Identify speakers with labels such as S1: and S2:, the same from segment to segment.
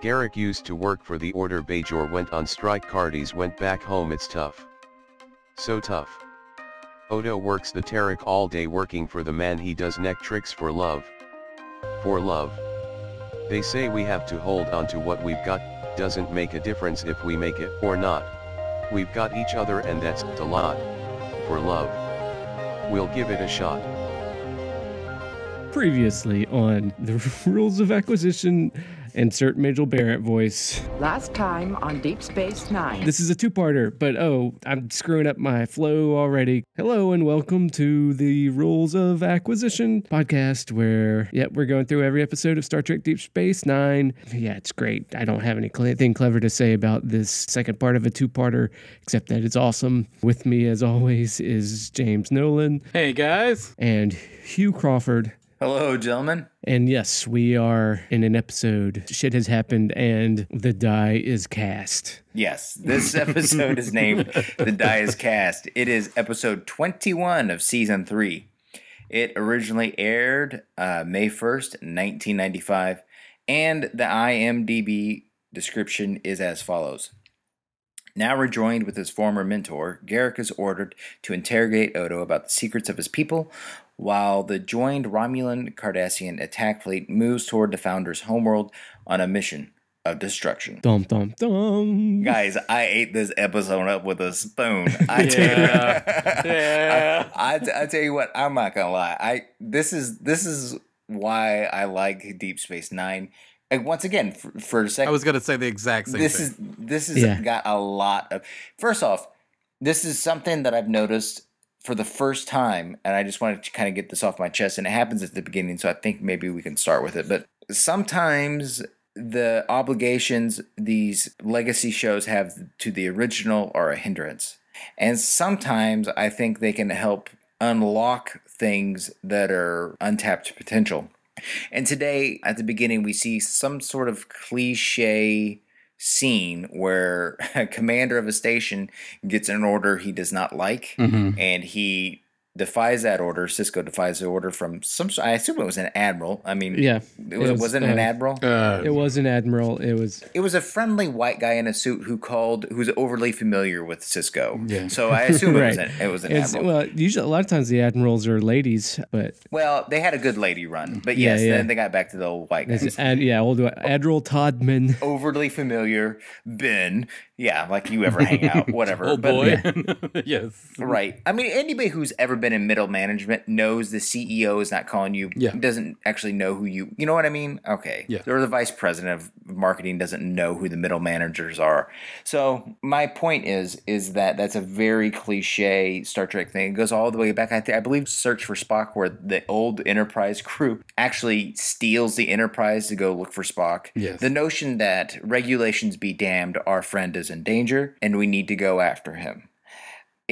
S1: Garrick used to work for the Order Bajor went on strike Cardis went back home it's tough. So tough. Odo works the Tarek all day working for the man he does neck tricks for love. For love. They say we have to hold on to what we've got, doesn't make a difference if we make it or not. We've got each other and that's a lot. For love. We'll give it a shot.
S2: Previously on the rules of acquisition, insert Major Barrett voice.
S3: Last time on Deep Space Nine.
S2: This is a two parter, but oh, I'm screwing up my flow already. Hello, and welcome to the Rules of Acquisition podcast, where, yep, we're going through every episode of Star Trek Deep Space Nine. Yeah, it's great. I don't have anything clever to say about this second part of a two parter, except that it's awesome. With me, as always, is James Nolan
S4: Hey guys.
S2: and Hugh Crawford.
S4: Hello, gentlemen.
S2: And yes, we are in an episode. Shit has happened, and the die is cast.
S5: Yes, this episode is named The Die is Cast. It is episode 21 of season 3. It originally aired uh, May 1st, 1995, and the IMDb description is as follows. Now rejoined with his former mentor, Garrick is ordered to interrogate Odo about the secrets of his people, while the joined Romulan Cardassian attack fleet moves toward the Founder's homeworld on a mission of destruction.
S2: Dum dum dum.
S5: Guys, I ate this episode up with a spoon. I
S4: Yeah.
S5: tell you,
S4: Yeah.
S5: I, I, I tell you what, I'm not gonna lie. I this is this is why I like Deep Space Nine. Like once again, for, for a second,
S4: I was gonna say the exact same
S5: this
S4: thing.
S5: is this has
S2: Yeah.
S5: got a lot of. First off, this is something that I've noticed for the first time, and I just wanted to kind of get this off my chest. And it happens at the beginning, so I think maybe we can start with it. But sometimes the obligations these legacy shows have to the original are a hindrance, and sometimes I think they can help unlock things that are untapped potential. And today, at the beginning, we see some sort of cliche scene where a commander of a station gets an order he does not like
S2: Mm. Mm-hmm.
S5: and he defies that order cisco defies the order from some i assume it was an admiral i mean
S2: Yeah,
S5: it was,
S2: it was,
S5: was, not it an
S2: uh,
S5: admiral
S2: It was an admiral. It was
S5: it was a friendly white guy in a suit who called who's overly familiar with cisco so i assume it was
S2: Right.
S5: an, it was an
S2: it's,
S5: admiral
S2: well. Usually, a lot of times the admirals are ladies, but
S5: well they had a good lady run but
S2: Mm, Yeah,
S5: yes
S2: yeah.
S5: then they got back to the old white guy
S2: it's, ad, yeah, old Admiral Todman.
S5: overly familiar ben yeah like you ever hang out whatever
S2: Oh,
S4: Old
S5: But-
S4: boy. yes.
S5: Right. I mean, anybody who's ever been in middle management knows the CEO is not calling you.
S4: Yeah.
S5: Doesn't actually know who you. You know what I mean? Okay.
S4: Yeah.
S5: Or the vice president of marketing doesn't know who the middle managers are. So my point is, is that that's a very cliche Star Trek thing. It goes all the way back. I, th- I believe Search for Spock, where the old Enterprise crew actually steals the Enterprise to go look for Spock.
S4: Yes.
S5: The notion that regulations be damned, our friend is in danger, and we need to go after him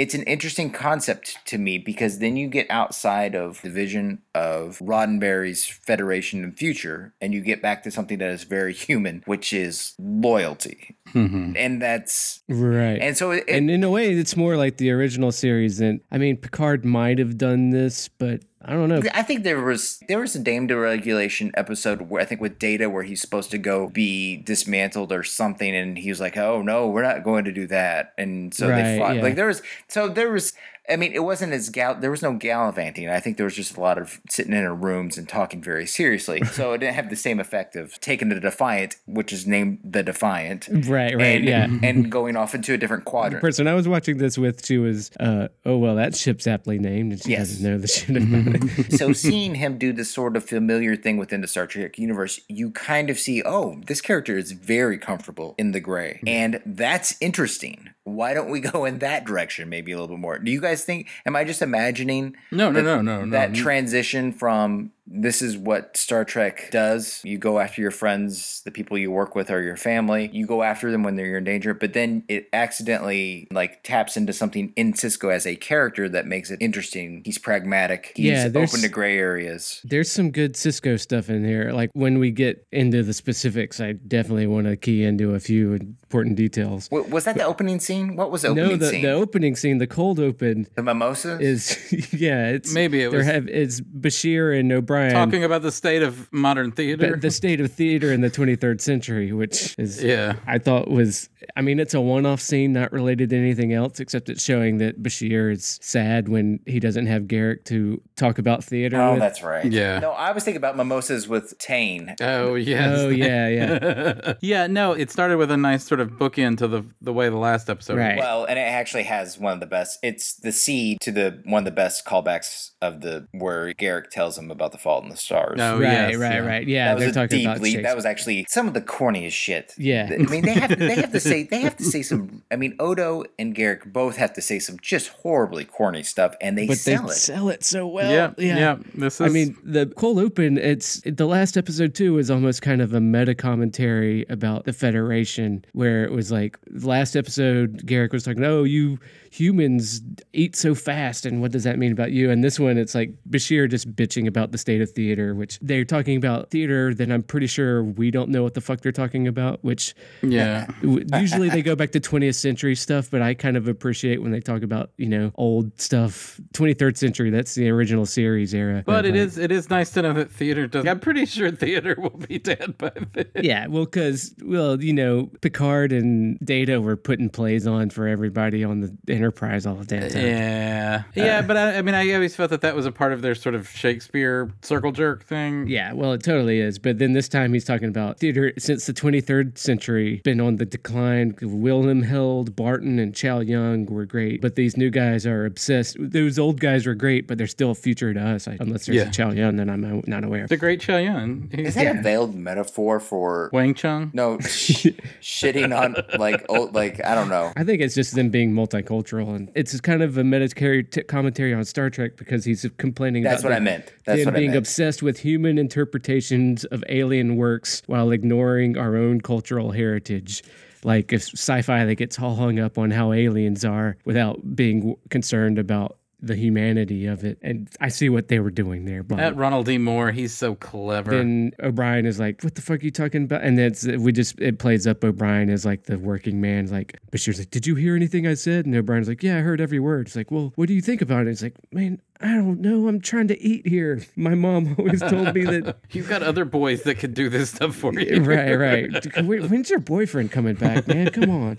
S5: it's an interesting concept to me because then you get outside of the vision of Roddenberry's Federation and future, and you get back to something that is very human, which is loyalty,
S2: Mm-hmm.
S5: and that's
S2: Right.
S5: and so it,
S2: and in a way, it's more like the original series. And I mean, Picard might have done this, but I don't know.
S5: I think there was there was a Dame Deregulation episode where I think with Data where he's supposed to go be dismantled or something, and he was like, "Oh no, we're not going to do that," and so
S2: Right,
S5: they fought.
S2: yeah.
S5: Like there was so there was. I mean, it wasn't as gal. There was no gallivanting. I think there was just a lot of sitting in our rooms and talking very seriously. so it didn't have the same effect of taking the Defiant, which is named the Defiant,
S2: Right, right,
S5: and,
S2: yeah.
S5: and going off into a different
S2: The
S5: quadrant.
S2: person I was watching this with, she was, uh, oh well, that ship's aptly named, and she
S5: Yes.
S2: doesn't know the shit about it.
S5: so seeing him do this sort of familiar thing within the Star Trek universe, you kind of see, oh, this character is very comfortable in the gray. And that's interesting. Why don't we go in that direction maybe a little bit more? Do you guys think am I just imagining
S4: No, no,
S5: that-
S4: no, no, no.
S5: that transition from this is what Star Trek does. You go after your friends, the people you work with, or your family. You go after them when they're in danger, but then it accidentally like taps into something in Cisco as a character that makes it interesting. He's pragmatic. He's
S2: Yeah, there's-
S5: open to gray areas.
S2: There's some good Cisco stuff in here. Like when we get into the specifics, I definitely want to key into a few important details.
S5: Wa- was that the opening scene? What was the opening
S2: No, the,
S5: scene?
S2: the opening scene, the cold open,
S5: the mimosa.
S2: is yeah, it's
S4: Maybe it
S2: there
S4: was-
S2: have it's Bashir and Brian.
S4: Talking about the state of modern theater.
S2: the, the state of theater in the 23rd century, which is
S4: yeah.
S2: I thought was I mean it's a one-off scene not related to anything else except it's showing that Bashir is sad when he doesn't have Garrick to talk about theater
S5: Oh,
S2: with.
S5: that's right.
S4: Yeah.
S5: No, I was thinking about mimosas with Tane.
S4: Oh yes.
S2: Oh yeah, yeah.
S4: yeah. no, it started with a nice sort of bookend to the the way the last episode.
S2: Right.
S5: Well, and it actually has one of the best. It's the seed to the one of the best callbacks of the where Garrick tells him about the fault in the stars.
S2: right,
S4: No, Oh, yes,
S2: right,
S4: yeah.
S2: right. Yeah,
S5: that
S2: they're
S5: was a
S2: talking
S5: deep
S2: about
S5: lead.
S2: Shakespeare.
S5: That was actually some of the corniest shit.
S2: Yeah.
S5: I mean, they have they have to say they have to say some. I mean, Odo and Garrick both have to say some just horribly corny stuff, and they
S2: but they
S5: sell it.
S2: sell it so well.
S4: yeah, yeah. This is.
S2: I mean, the cold open. It's the last episode too is almost kind of a meta commentary about the Federation, where it was like last episode Garrick was talking, "Oh, you humans eat so fast, and what does that mean about you?" And this one, it's like Bashir just bitching about the state of theater, which they're talking about theater that I'm pretty sure we don't know what the fuck they're talking about, which
S4: yeah.
S2: W- usually they go back to 20th century stuff but i kind of appreciate when they talk about you know old stuff 23rd century that's the original series era
S4: But it
S2: like-
S4: is it is nice to know that theater does. I'm pretty sure theater will be dead by then.
S2: yeah well because well you know picard and data were putting plays on for everybody on the enterprise all the damn time
S4: Yeah, yeah, but I, I mean, I always felt that that was a part of their sort of Shakespeare circle jerk thing.
S2: Yeah, well, it totally is. But then this time he's talking about theater since the 23rd century, been on the decline. Wilhelm Held, Barton, and Chow Young were great, but these new guys are obsessed. Those old guys were great, but they're still a future to us. I, unless there's
S4: Yeah.
S2: a Chow Young that I'm o- not aware of.
S4: the great Chow Yun, he's-
S5: Is that a veiled metaphor for
S4: Wang Chung.
S5: no sh- shitting on like old like I don't know.
S2: I think it's just them being multicultural, and it's kind of a meta t- commentary on Star Trek because he's complaining
S5: That's
S2: about
S5: what
S2: the-
S5: I meant. That's
S2: them
S5: what I
S2: being
S5: meant.
S2: obsessed with human interpretations of alien works while ignoring our own cultural heritage. Like if sci-fi that gets all hung up on how aliens are without being w- concerned about the humanity of it. And I see what they were doing there,
S4: That
S2: but
S4: Ronald D. Moore, he's so clever.
S2: then O'Brien is like, "What the fuck are you talking about?" And that's we just it plays up O'Brien as like the working man. Like Bashir's like, "Did you hear anything I said?" And O'Brien's like, "Yeah, I heard every word." It's like, "Well, what do you think about it?" It's like, "Man, I don't know. I'm trying to eat here. My mom always told me that."
S4: You've got other boys that could do this stuff for you.
S2: right, right. Wait, When's your boyfriend coming back, man? Come on.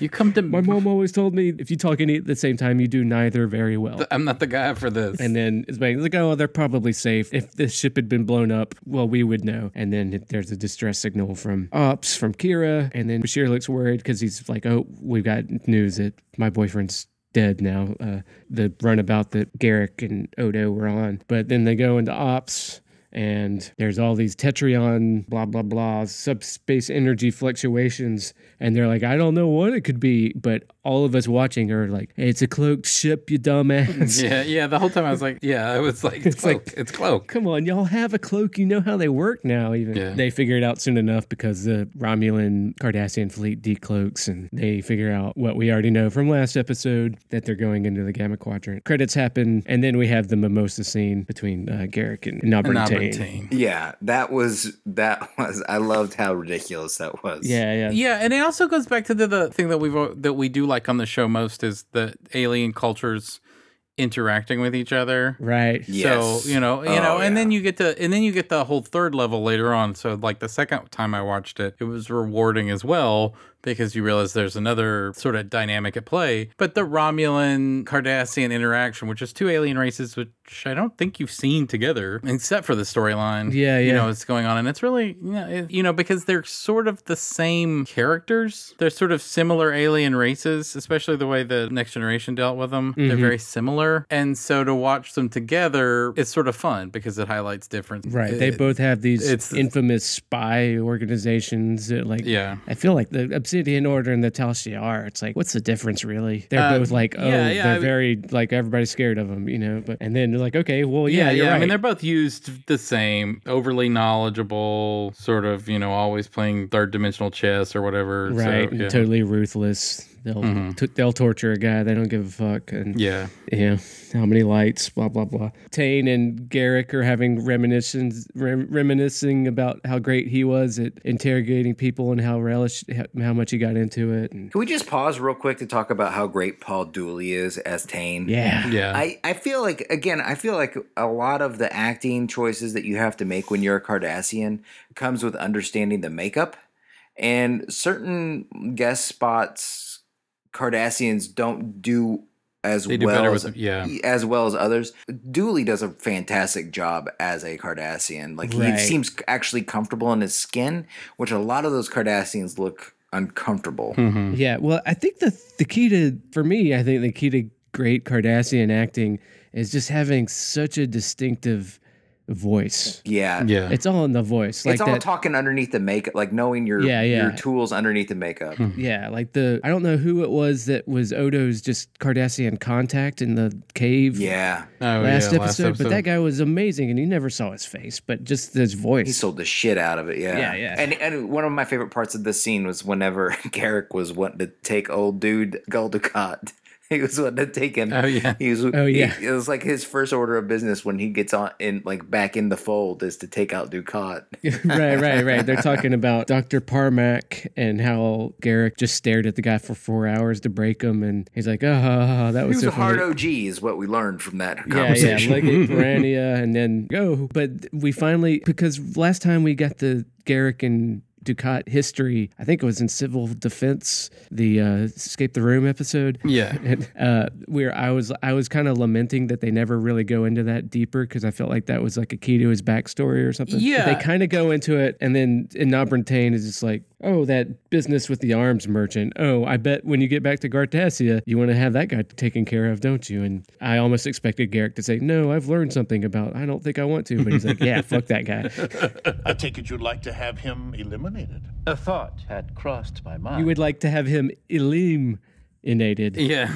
S4: You come to
S2: My mom always told me if you talk and eat at the same time, you do neither very well.
S4: I'm not the guy for this.
S2: And then it's like, like, oh, they're probably safe. If this ship had been blown up, well, we would know. And then it- there's a distress signal from Ops, from Kira. And then Bashir looks worried because he's like, oh, we've got news that my boyfriend's dead now. Uh, the runabout that Garrick and Odo were on. But then they go into Ops. And there's all these Tetrion, blah, blah, blah, subspace energy fluctuations. And they're like, I don't know what it could be. But all of us watching are like, it's a cloaked ship, you dumbass.
S4: yeah, yeah. The whole time I was like, yeah, I was like, it's cloak,
S2: like-
S4: it's cloak.
S2: Come on, y'all have a cloak. You know how they work now, even.
S4: Yeah.
S2: They figure it out soon enough because the Romulan Cardassian fleet decloaks and they figure out what we already know from last episode that they're going into the Gamma Quadrant. Credits happen, and then we have the mimosa scene between uh, Garrick and Nabrantane.
S4: Nobertine.
S5: Yeah, that was that was. I loved how ridiculous that was.
S2: Yeah, yeah.
S4: Yeah, and it also goes back to the, the thing that we have that we do like on the show most is the alien cultures interacting with each other.
S2: Right.
S5: Yes.
S4: So you know, you
S5: Oh,
S4: know, and
S5: yeah.
S4: then you get to, and then you get the whole third level later on. So like the second time I watched it, it was rewarding as well because you realize there's another sort of dynamic at play. But the Romulan Cardassian interaction, which is two alien races, which I don't think you've seen together except for the storyline.
S2: Yeah, yeah.
S4: You know, it's going on, and it's really, you know, it- you know, because they're sort of the same characters. They're sort of similar alien races, especially the way the Next Generation dealt with them.
S2: Mm-hmm.
S4: They're very similar, and so to watch them together, it's sort of fun because it highlights uh, difference.
S2: Right. They
S4: It-
S2: both have these
S4: it's-
S2: infamous spy organizations that, like,
S4: Yeah.
S2: I feel like the Obsidian Order and the Tal Shiar. It's like, what's the difference, really? They're
S4: Uh,
S2: both like, oh,
S4: yeah, yeah,
S2: they're
S4: I mean-
S2: very like everybody's scared of them, you know. But and then they're like, okay, well, yeah,
S4: Yeah,
S2: you're
S4: yeah.
S2: right.
S4: I mean, they're both used the same, overly knowledgeable, sort of, you know, always playing third dimensional chess or whatever.
S2: right,
S4: So,
S2: and
S4: yeah.
S2: totally ruthless. They'll
S4: Mhm.
S2: t- they'll torture a guy. They don't give a fuck. And
S4: Yeah.
S2: yeah, how many lights? Blah blah blah. Tane and Garrick are having reminiscences, rem- reminiscing about how great he was at interrogating people and how relish how- how much he got into it. And
S5: Can we just pause real quick to talk about how great Paul Dooley is as Tane?
S2: yeah,
S4: Yeah.
S5: I, I feel like again I feel like a lot of the acting choices that you have to make when you're a Cardassian comes with understanding the makeup and certain guest spots Cardassians don't do as
S4: They do
S5: well
S4: better
S5: as,
S4: with- yeah.
S5: as well as others. Dooley does a fantastic job as a Cardassian. Like
S2: Right.
S5: he seems actually comfortable in his skin, which a lot of those Cardassians look uncomfortable.
S2: Hmm.
S4: Mhm.
S2: yeah. Well, I think the the key to for me, I think the key to great Cardassian acting is just having such a distinctive voice.
S5: Yeah.
S4: Yeah.
S2: It's all in the voice, like
S5: it's all
S2: that.
S5: talking underneath the makeup, like knowing your
S2: Yeah, yeah. Hmm.
S5: your tools underneath the makeup.
S2: Yeah, like the I don't know who it was that was Odo's just Cardassian contact in the cave.
S5: yeah,
S4: oh,
S2: last,
S4: yeah,
S2: episode, but that guy was amazing, and you never saw his face, but just his voice.
S5: he sold the shit out of it. Yeah,
S2: Yeah, yeah.
S5: And and one of my favorite parts of this scene was whenever Garrick was wanting to take old dude Gul Dukat. He was wanting to take him.
S4: Oh, yeah.
S5: He was,
S2: Oh, yeah.
S5: he- it was like his first order of business when he gets on in like back in the fold is to take out Ducat.
S2: right, right, right. They're talking about Dr. Parmack and how Garrick just stared at the guy for four hours to break him, and he's like, "Oh, that
S5: He
S2: was,
S5: was
S2: so
S5: a hard
S2: funny."
S5: OG, is what we learned from that
S2: Yeah, yeah,
S5: conversation.
S2: like Pirania, and then go. But we finally, because last time we got the Garrick and Ducat history, I think it was in Civil Defense, the uh, Escape the Room episode.
S4: Yeah.
S2: And, uh, where I was, I was kind of lamenting that they never really go into that deeper because I felt like that was like a key to his backstory or something. But
S4: Yeah.
S2: they kind of go into it, and then and Nobrentane is just like, oh, that business with the arms merchant. Oh, I bet when you get back to Gartasia, you want to have that guy taken care of, don't you? And I almost expected Garrick to say, no, I've learned something about. I don't think I want to, but he's like, yeah, fuck that guy.
S6: I take it you'd like to have him eliminated. A thought had crossed my mind.
S2: You would like to have him eliminated.
S4: Yeah.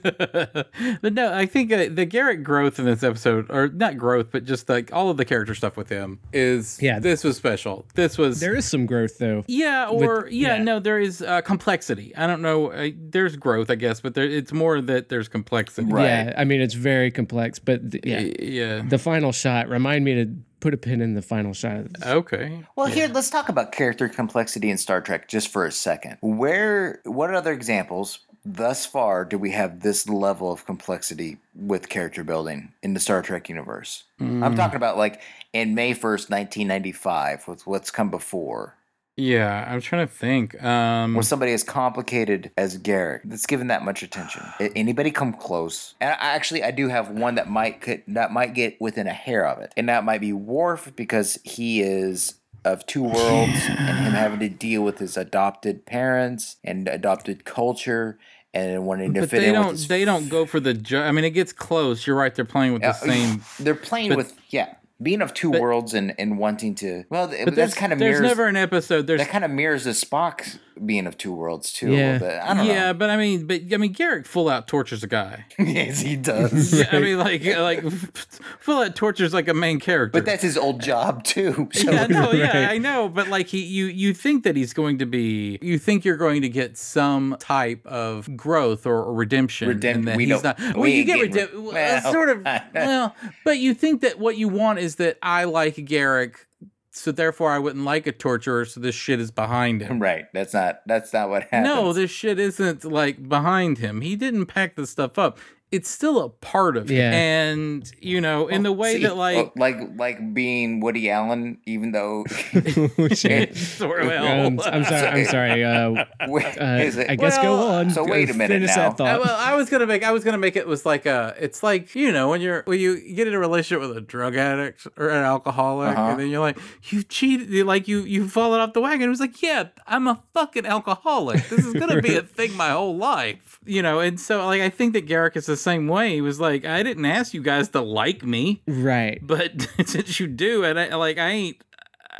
S4: but no, I think uh, the Garrett growth in this episode, or not growth, but just like all of the character stuff with him is,
S2: Yeah.
S4: this was special. This was.
S2: There is some growth though.
S4: yeah, or yeah,
S2: yeah.
S4: no, there is uh, complexity. I don't know. Uh, there's growth, I guess, but there, it's more that there's complexity.
S5: Right.
S2: Yeah, I mean it's very complex, but th- yeah,
S4: Yeah.
S2: the final shot remind me to put a pin in the final shot of this.
S4: Okay.
S5: Well, here let's talk about character complexity in Star Trek just for a second. Where what other examples thus far do we have this level of complexity with character building in the Star Trek universe? I'm talking about like in May 1st, 1995 with what's come before.
S4: Yeah, I'm trying to think. Um,
S5: Where somebody as complicated as Garrick that's given that much attention. A- Anybody come close? And I actually I do have one that might could that might get within a hair of it. And that might be Worf because he is of two worlds and him having to deal with his adopted parents and adopted culture and wanting to
S4: but
S5: fit
S4: they
S5: in
S4: don't.
S5: with his
S4: They don't go for the. Ju- I mean, it gets close. You're right. They're playing with
S5: Yeah, uh,
S4: the same.
S5: They're playing with yeah, being of two worlds and and wanting to well
S4: But
S5: th- that's
S4: there's-
S5: kind of
S4: There's
S5: mirrors
S4: never an episode. There's
S5: that kind of mirrors the Spock being of two worlds too a
S2: Yeah.
S5: little bit. I don't
S4: yeah,
S5: know.
S4: but I mean, but I mean, Garrick full out tortures a guy.
S5: yes, he does.
S4: Yeah, I mean, like, like full out tortures like a main character.
S5: But that's his old job too. So
S4: yeah, no, yeah,
S2: Right.
S4: I know. But like, he, you, you think that he's going to be, you think you're going to get some type of growth or, or redemption.
S5: Redemp-
S4: and that
S5: we
S4: he's
S5: don't-
S4: not. Well,
S5: we
S4: you
S5: ain't
S4: get
S5: getting re-
S4: redemption.
S5: well,
S4: sort of. well, but you think that what you want is that I like Garrick, so therefore I wouldn't like a torturer. So this shit is behind him.
S5: right. That's not that's not what happens.
S4: No, this shit isn't like behind him. He didn't pack this stuff up. It's still a part of
S2: Yeah.
S4: him. And, you know, in the way
S5: See,
S4: that like
S5: oh, like like being Woody Allen, even though
S2: Oh, shit.
S4: well,
S2: Um, I'm sorry. I'm sorry. Uh,
S5: Wait,
S2: uh,
S5: is it-
S2: I guess go
S4: Well,
S2: on.
S5: so wait a minute
S2: Finish
S5: now.
S2: that thought.
S4: Uh, well, I was gonna make I was gonna make it was like a it's like you know when you're when you get in a relationship with a drug addict or an alcoholic
S5: Uh-huh.
S4: and then you're like you cheated you like you you've fallen off the wagon. It was like yeah I'm a fucking alcoholic. This is gonna be a thing my whole life, you know. And so like I think that Garrick is the same way. He was like I didn't ask you guys to like me,
S2: right.
S4: but since you do, and I like I ain't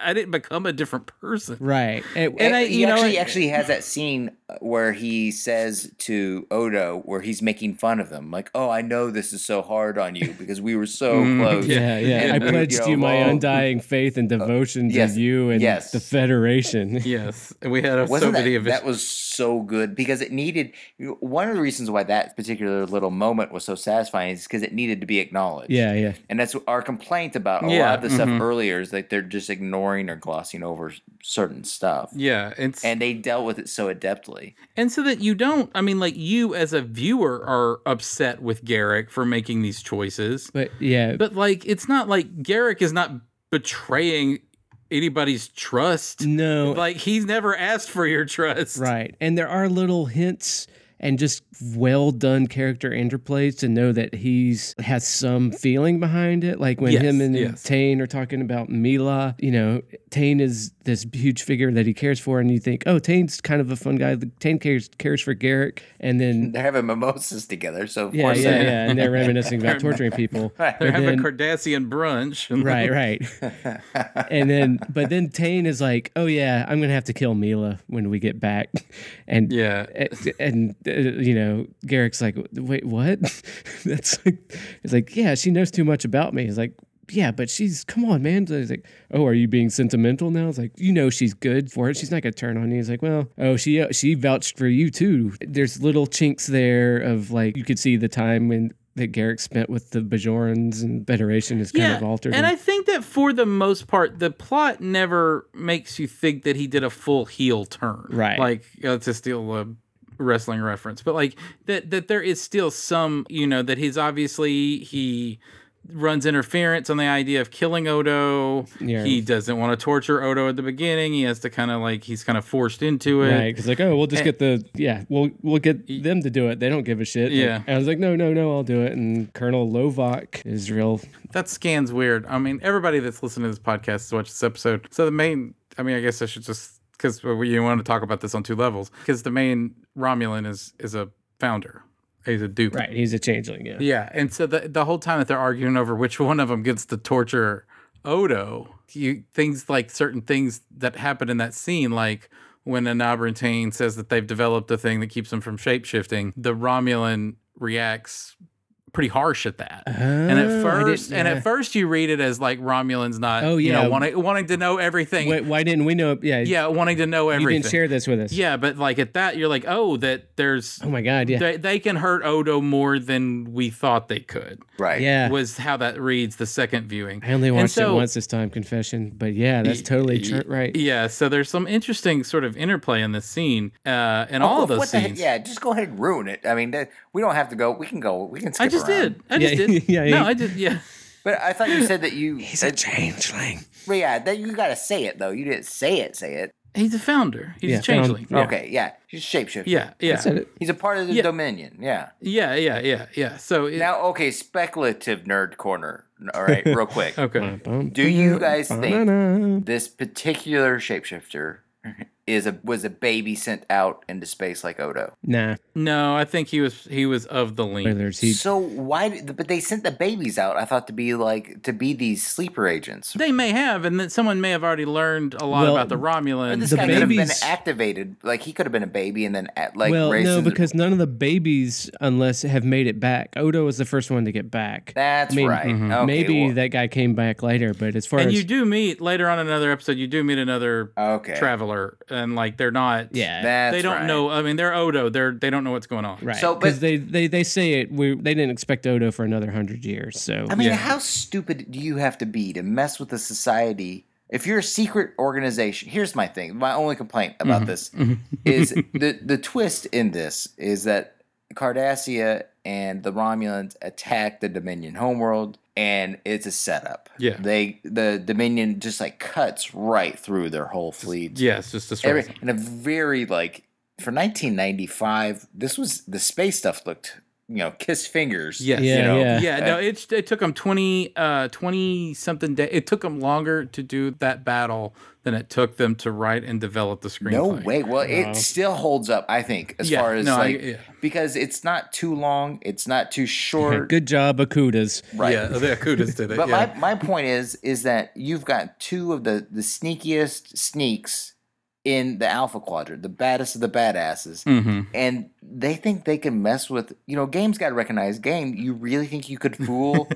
S4: I didn't become a different person.
S2: Right. It-
S5: and
S4: I-
S5: he
S4: you know,
S5: actually
S4: I-
S5: actually has that scene uh, where he says to Odo, where he's making fun of them, like, "Oh, I know this is so hard on you because we were so
S4: Mm,
S5: close."
S2: Yeah, yeah. I
S5: And we,
S2: pledge to you
S5: know,
S2: my
S5: all-
S2: undying faith and devotion to
S5: Uh, yes,
S2: you and
S5: yes.
S2: the Federation.
S4: Yes, we had a so
S5: Wasn't
S4: many
S5: that,
S4: of
S5: that was so good because it needed one of the reasons why that particular little moment was so satisfying is because it needed to be acknowledged.
S2: yeah, yeah.
S5: And that's our complaint about a
S4: Yeah,
S5: lot of the stuff
S4: mhm.
S5: earlier is like they're just ignoring or glossing over certain stuff.
S4: yeah, it's
S5: And they dealt with it so adeptly.
S4: And so that you don't, I mean, like you as a viewer are upset with Garrick for making these choices.
S2: But yeah,
S4: But like, it's not like Garrick is not betraying anybody's trust.
S2: no.
S4: Like, he's never asked for your trust.
S2: Right. And there are little hints and just well done character interplays to know that he's has some feeling behind it. Like when
S4: Yes,
S2: him and
S4: yes.
S2: Tane are talking about Mila, you know, Tane is this huge figure that he cares for, and you think, oh, Tane's kind of a fun guy. Tane cares cares for Garrick, and then
S4: Mm.
S5: They're having mimosas together, so of
S2: yeah,
S5: course
S2: yeah,
S5: they-
S2: yeah, and they're reminiscing about torturing people.
S5: Right.
S4: They
S2: But
S4: have
S2: then- Mm.
S4: a Cardassian brunch.
S2: right, right. and then, but then Tane is like, "Oh yeah, I'm gonna have to kill Mila when we get back," and
S4: Yeah.
S2: a- and uh, you know, Garrick's like, "Wait, what?" That's like, it's like, yeah, she knows too much about me. He's like. Yeah, but she's come on, man. So he's like, oh, are you being sentimental now? It's like you know she's good for it. She's not gonna turn on you. He's like, well, oh, she she vouched for you too. There's little chinks there of like you could see the time when that Garrick spent with the Bajorans and Federation is kind of altered.
S4: And I think that for the most part, the plot never makes you think that he did a full heel turn.
S2: Right.
S4: Like uh, to steal a wrestling reference, but like that that there is still some, you know, that he's obviously he runs interference on the idea of killing Odo.
S2: Yeah.
S4: He doesn't want to torture Odo at the beginning. He has to kind of like he's kind of forced into it.
S2: Right, because like, oh, we'll just get the yeah, we'll we'll get them to do it. They don't give a shit.
S4: Yeah.
S2: and I was like, no, no, no, I'll do it. And Colonel Lovak is real.
S4: That scan's weird. I mean, everybody that's listening to this podcast has watched this episode. So the main, I mean, I guess I should just because you want to talk about this on two levels because the main Romulan is is a founder. He's a dupe.
S2: Right, he's a changeling. Yeah,
S4: Yeah, and so the the whole time that they're arguing over which one of them gets to torture Odo, you things like certain things that happen in that scene, like when Anabra and Tane says that they've developed a thing that keeps them from shapeshifting, the Romulan reacts pretty harsh at that. and
S2: Oh, I
S4: at first,
S2: didn't-
S4: and
S2: yeah.
S4: at first, you read it as like Romulan's not,
S2: Oh,
S4: you
S2: yeah.
S4: know, wanting wanting to know everything.
S2: Wait, why didn't we know? Yeah,
S4: yeah, wanting to know
S2: you
S4: everything.
S2: didn't share this with us.
S4: yeah, but like at that, you're like, oh, that there's
S2: Oh my god. Yeah.
S4: they, they can hurt Odo more than we thought they could.
S5: Right.
S2: yeah.
S4: Was how that reads the second viewing.
S2: I only
S4: And
S2: watched it
S4: so-
S2: once this time. Confession, but yeah, that's totally tr- right.
S4: Yeah, so there's some interesting sort of interplay in this scene, uh, and all of those
S5: Oh, what the heck?
S4: scenes.
S5: Yeah, just go ahead and ruin it. I mean, that- we don't have to go. We can go. We can skip
S4: I just
S5: around.
S4: did. I just
S2: Yeah,
S4: did.
S2: yeah,
S4: no,
S2: he-
S4: I did. Yeah,
S5: But I thought you said that you.
S2: He's a changeling.
S5: well, yeah, that you got to say it though. You didn't say it. Say it.
S4: he's a founder. He's
S2: Yeah,
S4: a
S2: found-
S4: changeling.
S5: Okay. Yeah. He's a shapeshifter.
S4: Yeah, yeah,
S2: Said it.
S5: He's a part of the
S4: Yeah.
S5: Dominion. Yeah.
S4: yeah, yeah, yeah, yeah. So it,
S5: Now, okay, speculative nerd corner. All right, real quick.
S4: okay,
S5: Do you guys think this particular shapeshifter is a was a baby sent out into space like Odo?
S2: Nah.
S4: no, I think he was he was of the lean.
S2: Whether it's he.
S5: so why? Did, but they sent the babies out. I thought to be like to be these sleeper agents.
S4: They may have, and then someone may have already learned a lot
S2: Well,
S4: about the Romulan.
S5: But this
S2: the
S5: guy could have been
S2: babies-
S5: activated. Like he could have been a baby and then at, like
S2: well,
S5: raised
S2: no,
S5: into-
S2: because none of the babies, unless have made it back. Odo was the first one to get back.
S5: that's
S2: I mean,
S5: right. Okay,
S2: Maybe
S5: well-
S2: that guy came back later, but as far
S4: and
S2: as
S4: you do meet later on in another episode. You do meet another
S5: Okay.
S4: traveler, and like they're not.
S2: yeah,
S5: That's
S4: they don't
S5: right.
S4: know. I mean, they're Odo. They're they don't know what's going on.
S2: right?
S5: So,
S2: because
S5: but-
S2: they, they they say it. We they didn't expect Odo for another hundred years. So
S5: I mean,
S4: Yeah.
S5: how stupid do you have to be to mess with a society? If you're a secret organization, here's my thing. My only complaint about
S4: Mm-hmm.
S5: this is the the twist in this is that Cardassia and the Romulans attack the Dominion homeworld, and it's a setup.
S4: Yeah.
S5: they the Dominion just like cuts right through their whole fleet.
S4: Yeah, it's just destroys
S5: Every,
S4: them.
S5: in a very like for 1995, this was the space stuff looked you know kiss fingers.
S4: Yes.
S2: Yeah,
S5: you know,
S2: yeah.
S4: Yeah, no, it, it took them 20, uh, 20 something day. It took them longer to do that battle than it took them to write and develop the screenplay.
S5: No way. Well, it still holds up, I think, as
S4: Uh, Yeah,
S5: far as
S4: no, I-
S5: like
S4: yeah.
S5: because it's not too long, it's not too short.
S2: good job, Akudas.
S5: Right.
S4: Yeah, the Akudas did it.
S5: But
S4: yeah.
S5: my, my point is is that you've got two of the the sneakiest sneaks in the Alpha Quadrant, the baddest of the badasses,
S4: Mm-hmm.
S5: and they think they can mess with. You know, games got to recognize game. You really think you could fool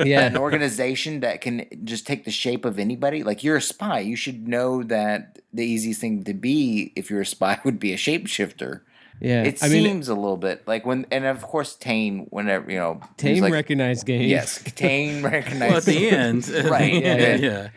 S5: an
S2: Yeah.
S5: organization that can just take the shape of anybody? Like you're a spy, you should know that the easiest thing to be if you're a spy would be a shapeshifter.
S2: Yeah.
S5: It
S2: I mean,
S5: seems a little bit like when, and of course, Tane. Whenever you know, he's
S2: Tame
S5: like,
S2: recognized game.
S5: Yes, Tane recognizes.
S4: well, at the end, at
S5: Right,
S4: the
S5: yeah,
S4: end,
S5: yeah.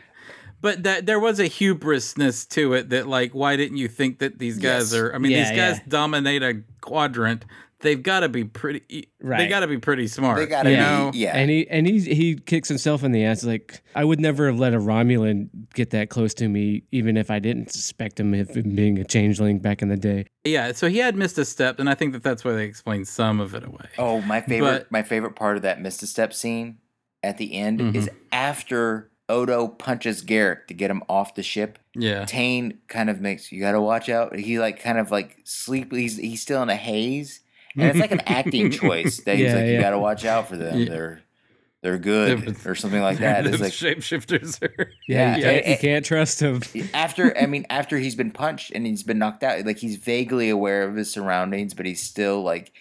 S4: But that there was a hubrisness to it that, like, why didn't you think that these guys
S5: Yes.
S4: are? I mean,
S2: Yeah,
S4: these guys
S2: yeah.
S4: dominate a quadrant. They've got to be pretty. e, They
S2: Right.
S4: got to be pretty smart.
S5: They gotta
S4: you
S5: be-
S4: know?
S5: yeah.
S2: And he and he he kicks himself in the ass. Like I would never have let a Romulan get that close to me, even if I didn't suspect him of being a changeling back in the day.
S4: Yeah, so he had missed a step, and I think that that's why they explained some of it away.
S5: Oh, my favorite
S4: But-
S5: my favorite part of that misstep scene at the end
S2: Mm-hmm.
S5: is after Odo punches Garrick to get him off the ship.
S4: yeah,
S5: Tane kind of makes you gotta watch out. He like kind of like sleep he's he's still in a haze. And it's like an acting choice that he's
S2: Yeah,
S5: like,
S2: yeah.
S5: you gotta watch out for them.
S4: Yeah.
S5: They're they're good
S4: They're-
S5: or something like that.
S4: Those
S5: It's like
S4: shapeshifters are.
S2: Yeah, you,
S5: Yeah,
S2: can't, you
S5: it-
S2: can't trust him.
S5: after I mean after he's been punched and he's been knocked out, like he's vaguely aware of his surroundings, but he's still like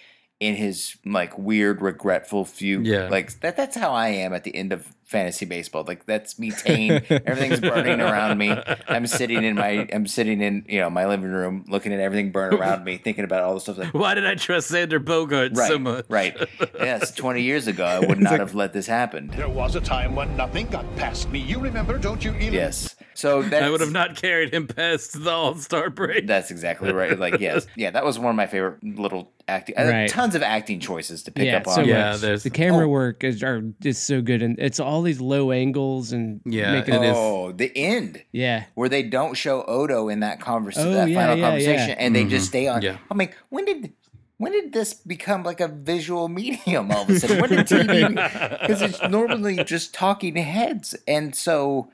S5: in his like weird regretful fugue.
S4: Yeah.
S5: Like that that's how I am at the end of fantasy baseball. Like that's me tame. Everything's burning around me. I'm sitting in my I'm sitting in, you know, my living room looking at everything burn around me, thinking about all the stuff that
S4: Why did I trust Sander Bogart
S5: Right,
S4: so much?
S5: right. Yes, twenty years ago, I would not have let this happen.
S6: There was a time when nothing got past me. You remember, don't you, Elon?
S5: Yes, so that's,
S4: I would have not carried him past the All Star break.
S5: That's exactly right. Like yes, yeah, that was one of my favorite little acting. uh,
S2: Right.
S5: Tons of acting choices to pick
S2: Yeah,
S5: up
S2: so
S5: on. Oh.
S2: much.
S4: yeah, there's
S2: The camera work is are just so good, and it's all these low angles and
S4: Yeah,
S2: making
S4: it is.
S5: oh, the end
S2: yeah,
S5: where they don't show Odo in that convers
S2: Oh,
S5: that
S2: yeah,
S5: final
S2: yeah,
S5: conversation,
S2: yeah.
S5: and they just stay on.
S4: Mm-hmm. Yeah.
S5: I'm like, when did when did this become like a visual medium all of a sudden? When did TV? Because it's normally just talking heads, and so.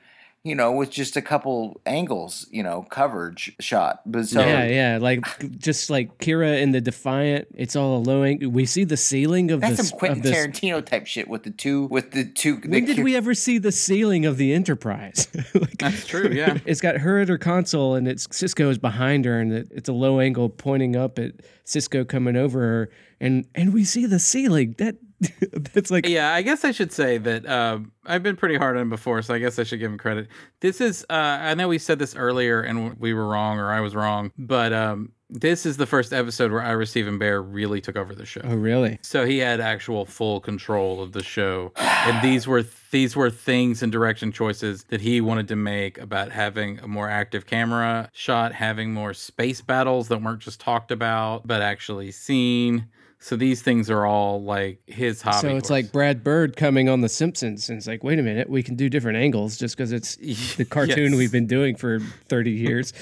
S5: You know, with just a couple angles, you know, coverage shot. But so,
S2: yeah, yeah. Like just like Kira in the Defiant, it's all a low angle. We see the ceiling of
S5: that's
S2: this.
S5: some Quentin
S2: of this-
S5: Tarantino type shit with the two, with the two. the
S2: When did
S5: ki-
S2: we ever see the ceiling of the Enterprise? Like,
S4: That's true. Yeah.
S2: It's got her at her console, and it's Cisco is behind her, and it- it's a low angle pointing up at Cisco coming over her, and and we see the ceiling. That that's like
S4: Yeah, I guess I should say that um, I've been pretty hard on him before, so I guess I should give him credit. This is, uh, I know we said this earlier and we were wrong or I was wrong, but um, this is the first episode where Ira Stephen Bear really took over the show.
S2: oh really?
S4: So he had actual full control of the show, and these were these were things and direction choices that he wanted to make about having a more active camera shot, having more space battles that weren't just talked about but actually seen. So these things are all like his hobby.
S2: so it's
S4: horse.
S2: like Brad Bird coming on The Simpsons, and it's like, wait a minute, we can do different angles just because it's the cartoon
S4: Yes.
S2: we've been doing for thirty years.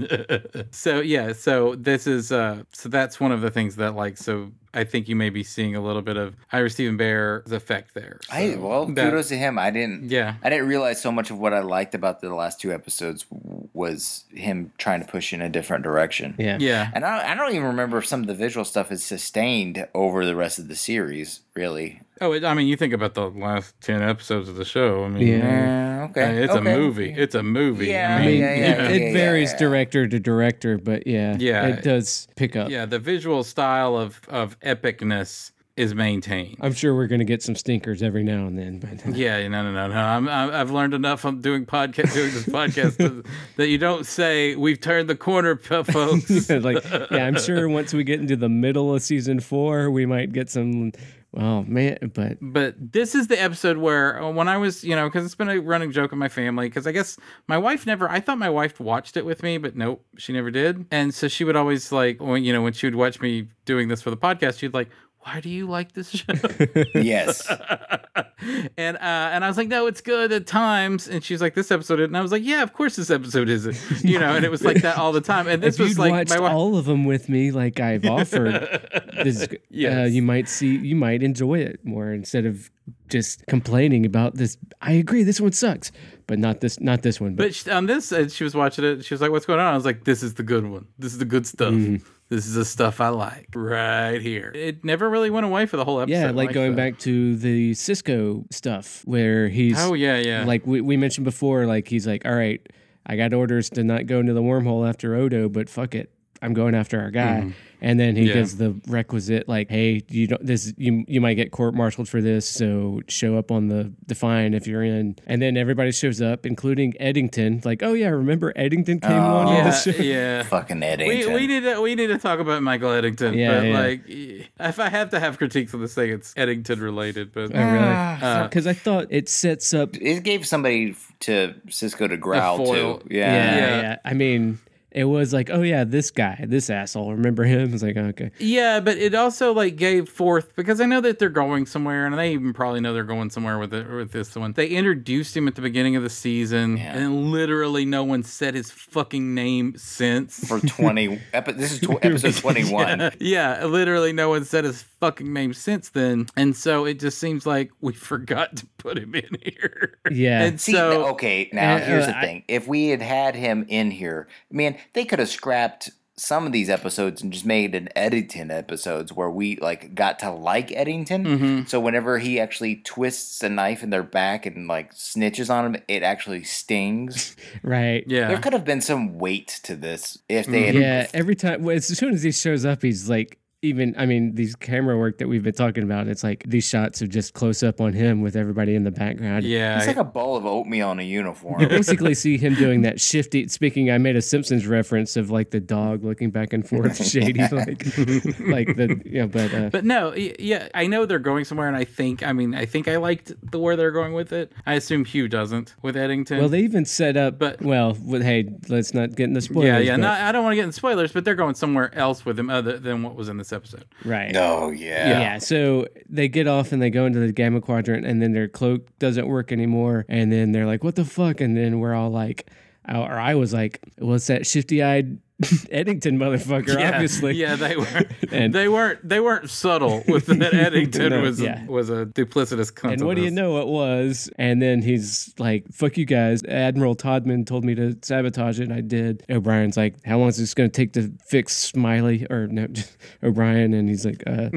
S4: so yeah so this is uh so that's one of the things that like so i think you may be seeing a little bit of iris stephen bear's effect there
S5: I
S4: So
S5: well,
S4: that-
S5: kudos to him. I didn't.
S4: Yeah.
S5: I didn't realize so much of what I liked about the last two episodes w- was him trying to push in a different direction.
S2: Yeah,
S4: yeah
S5: And I, I don't even remember if some of the visual stuff is sustained over the rest of the series, really.
S4: oh it, i mean you think about the last 10 episodes of the show i mean
S2: Yeah.
S5: Uh,
S4: I
S5: okay.
S4: mean, Eh, it's
S5: okay.
S4: a movie it's a movie
S5: Yeah,
S4: i
S2: I
S4: mean
S2: mean,
S5: Yeah, yeah,
S2: it, it
S5: yeah, yeah,
S2: varies
S5: yeah.
S2: director to director, but yeah,
S4: Yeah.
S2: it does pick up.
S4: yeah the visual style of of epicness is maintained
S2: I'm sure we're gonna get some stinkers every now and then, but
S4: Yeah, no, no, no, no. I'm, I'm, I've learned enough. I'm doing podcast, doing this podcast to- that you don't say we've turned the corner, p- folks.
S2: like yeah i'm sure once we get into the middle of season four we might get some well man but
S4: But this is the episode where uh, when I was, you know, because it's been a running joke in my family. Because I guess my wife never, I thought my wife watched it with me, but nope, she never did. And so she would always like, when, you know, when she would watch me doing this for the podcast, she'd like, why do you like this show?
S5: Yes.
S4: and uh, and I was like, no, it's good at times. And she was like, this episode, isn't. and I was like, yeah, of course this episode isn't. You know, and it was like that all the time. And this
S2: if you'd
S4: was like
S2: watched
S4: my wife.
S2: all of them with me like i've offered this is- uh,
S4: Yes.
S2: you might see you might enjoy it more instead of just complaining about this i agree this one sucks but not this not this one but,
S4: but she, on this, and she was watching it. She was like, what's going on? I was like, this is the good one. This is the good stuff.
S2: Mm-hmm.
S4: This is the stuff I like right here. It never really went away for the whole episode.
S2: yeah
S4: I
S2: like going
S4: that.
S2: back to the cisco stuff where he's
S4: Oh yeah, yeah.
S2: like we, we mentioned before like he's like all right I got orders to not go into the wormhole after Odo, but fuck it. I'm going after our guy. And then he
S4: Mm-hmm. Yeah.
S2: gives the requisite like, hey, you don't this you you might get court martialed for this, so show up on the define if you're in. And then everybody shows up, including Eddington. Like, oh yeah, remember Eddington came on
S5: Oh.
S2: the
S4: Yeah,
S2: show.
S4: yeah.
S5: Fucking Ed
S4: We,
S5: Aington.
S4: we need to we need to talk about Michael Eddington,
S2: Yeah,
S4: but
S2: yeah.
S4: like, if I have to have critiques of this thing, it's Eddington related. But
S2: Oh, really?
S4: Uh,
S2: Because I thought it sets up
S5: it gave somebody f- to Cisco to growl
S4: foil.
S5: too.
S2: yeah,
S5: Yeah.
S2: Uh, yeah.
S4: Yeah.
S2: I mean, it was like, oh yeah, this guy, this asshole. Remember him? It's like, okay,
S4: Yeah, but it also like gave forth because I know that they're going somewhere, and they even probably know they're going somewhere with it with this one. They introduced him at the beginning of the season, and literally no one said his fucking name since.
S5: For twenty, epi- this is tw- episode twenty-one.
S4: yeah, literally no one said his fucking name since then, and so it just seems like we forgot to put him in here.
S2: Yeah.
S4: and
S5: See,
S4: so
S5: now- okay, now
S2: Uh,
S5: here's the
S2: I-
S5: thing. If we had had him in here, man, they could have scrapped some of these episodes and just made an Eddington episodes where we like got to like Eddington. So whenever he actually twists a knife in their back and like snitches on him, it actually stings.
S2: right.
S4: yeah,
S5: There could have been some weight to this if they had
S2: Mm, Yeah, every time, well, as soon as he shows up, he's like, even, I mean, these camera work that we've been talking about, it's like these shots of just close up on him with everybody in the background.
S4: yeah,
S5: It's like a bowl of oatmeal in a uniform.
S2: You basically see him doing that shifty. Speaking, I made a Simpsons reference of like the dog looking back and forth, shady, like, like the, yeah, but, uh,
S4: But no, y- yeah, I know they're going somewhere, and I think, I mean, I think I liked the where they're going with it. I assume Hugh doesn't with Eddington.
S2: well, they even set up,
S4: But-
S2: well, with, hey, let's not get into spoilers.
S4: yeah, yeah.
S2: but-
S4: Not, I don't want to get in spoilers, but they're going somewhere else with him other than what was in this episode.
S2: right.
S5: oh yeah.
S2: Yeah. So they get off and they go into the gamma quadrant, and then their cloak doesn't work anymore. And then they're like, what the fuck? And then we're all like, uh, or I was like, what's that shifty eyed Eddington motherfucker,
S4: Yeah,
S2: obviously.
S4: yeah, they were.
S2: And-
S4: they weren't. They weren't subtle with that. Eddington
S2: No,
S4: was
S2: yeah.
S4: was a duplicitous. cunt
S2: And
S4: of
S2: what do you
S4: this.
S2: know it was? And then he's like, fuck you guys. Admiral Todman told me to sabotage it, and I did. O'Brien's like, how long is this going to take to fix Smiley? Or no, O'Brien. And he's like, uh,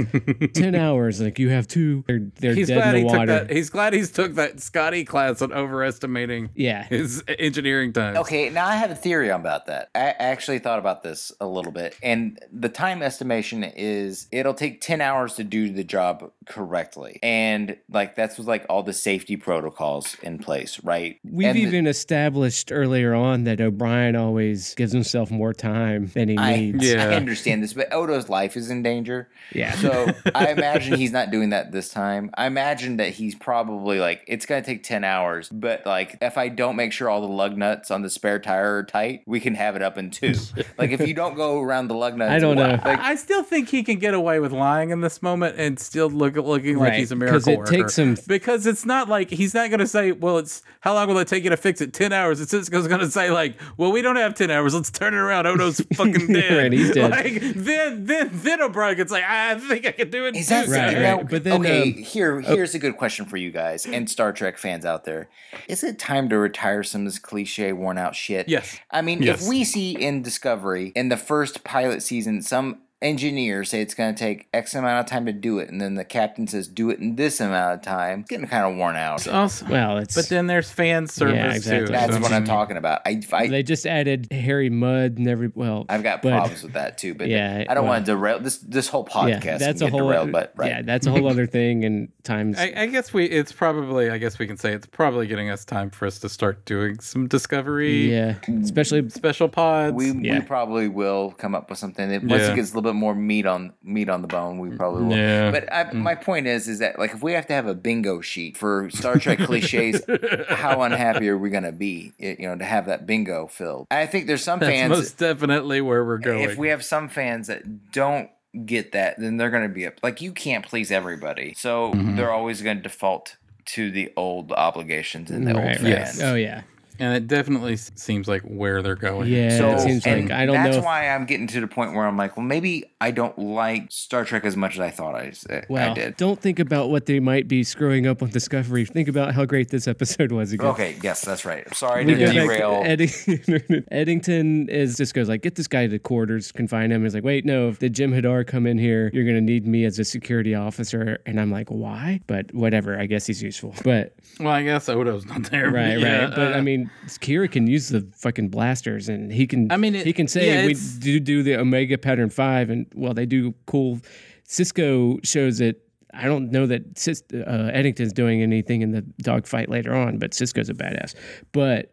S2: 10 hours. Like, you have two. They're, they're
S4: He's
S2: dead in
S4: glad he
S2: the
S4: took
S2: water.
S4: that. He's glad he's took that Scotty class on overestimating
S2: yeah.
S4: his engineering time.
S5: Okay, now I have a theory about that. I actually thought about this a little bit, and the time estimation is it'll take ten hours to do the job correctly, and like that's with like all the safety protocols in place, right?
S2: We've
S5: And
S2: even established earlier on that O'Brien always gives himself more time than he
S5: I,
S2: needs.
S4: Yeah.
S5: I understand this, but Odo's life is in danger.
S2: Yeah.
S5: So I imagine he's not doing that this time. I imagine that he's probably like, it's going to take 10 hours, but like, if I don't make sure all the lug nuts on the spare tire are tight, we can have it up in two. like, if you don't go around the lug nuts,
S2: I don't know.
S5: Like,
S4: I still think he can get away with lying in this moment and still look looking like
S2: Right,
S4: he's a
S2: 'cause
S4: miracle
S2: it
S4: worker.
S2: takes him-
S4: because it's not like he's not going to say, "Well, it's how long will it take you to fix it? Ten hours." It's just going to say like, "Well, we don't have ten hours. Let's turn it around. Odo's fucking dead.
S2: Right, he's dead.
S4: Like, then, then, then O'Brien could say, "I think I can do it."
S5: Is that
S4: too,
S2: Right,
S5: right?
S4: guys."
S2: right. But then,
S5: okay,
S2: um,
S5: here here's a good question for you guys and Star Trek fans out there. Is it time to retire some of this cliche, worn out shit?
S4: Yes.
S5: I mean,
S4: Yes.
S5: if we see in Discovery in the first pilot season some engineers say it's going to take X amount of time to do it, and then the captain says do it in this amount of time, it's getting kind of worn out.
S4: Also,
S2: Well, it's.
S4: but then there's fan service
S2: exactly.
S4: too.
S5: That's
S4: So-
S5: what I'm talking about. I, I
S2: they just added Harry Mudd and every. Well,
S5: I've got
S2: but-
S5: problems with that too, but
S2: Yeah,
S5: I don't
S2: well-
S5: want to derail this. This whole podcast
S2: Yeah, that's
S5: that's can
S2: a
S5: get
S2: whole.
S5: derailed,
S2: other-
S5: but right.
S2: Yeah, that's a whole other thing. And times.
S4: I, I guess we it's probably I guess we can say it's probably getting us time for us to start doing some discovery
S2: yeah, especially
S4: special pods.
S5: we,
S2: Yeah.
S5: we probably will come up with something. That once
S4: Yeah.
S5: it gets a little bit more meat on meat on the bone, we probably will.
S4: Yeah. Mm.
S5: But I, my point is, is that like if we have to have a bingo sheet for Star Trek cliches, how unhappy are we going to be? You know, to have that bingo filled. I think there's some
S4: That's
S5: fans.
S4: most definitely where we're going.
S5: if we have some fans that don't get that, then they're going to be up. Like you can't please everybody, so
S4: Mm-hmm.
S5: they're always going to default to the old obligations and the old
S2: right, right.
S5: fans.
S2: Oh yeah,
S4: And it definitely s- seems like where they're going.
S2: yeah.
S5: So
S2: it seems
S5: and
S2: like I don't
S5: that's
S2: know. if-
S5: why I'm getting to the point where I'm like, well, maybe I don't like Star Trek as much as I thought I, I
S2: well,
S5: did.
S2: don't think about what they might be screwing up on Discovery. Think about how great this episode was again.
S5: Okay, yes, that's right. I'm sorry
S2: We
S5: to
S2: go back to
S5: derail.
S2: Edding- Eddington is just goes like, get this guy to quarters, confine him. He's like, wait, no, if the Jim Hadar come in here, you're gonna need me as a security officer. And I'm like, why? But whatever, I guess he's useful. But
S4: Well, I guess Odo's not there.
S2: right,
S4: yeah,
S2: right. But
S4: uh,
S2: I mean, Kira can use the fucking blasters, and he can.
S4: I mean, it-
S2: he can say
S4: yeah,
S2: we
S4: it's-
S2: do do the Omega Pattern Five, and well, they do cool. Cisco shows it. I don't know that Sis, uh, Eddington's doing anything in the dogfight later on, but Cisco's a badass. But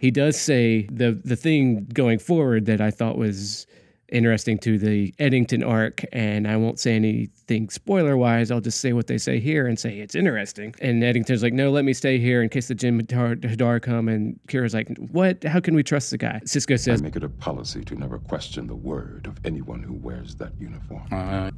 S2: he does say the the thing going forward that I thought was interesting to the Eddington arc, and I won't say anything spoiler wise. I'll just say what they say here and say it's interesting. And Eddington's like, no, let me stay here in case the Jim Hadar, Hadar come. And Kira's like, what? How can we trust the guy? Cisco says,
S7: I make it a policy to never question the word of anyone who wears that uniform.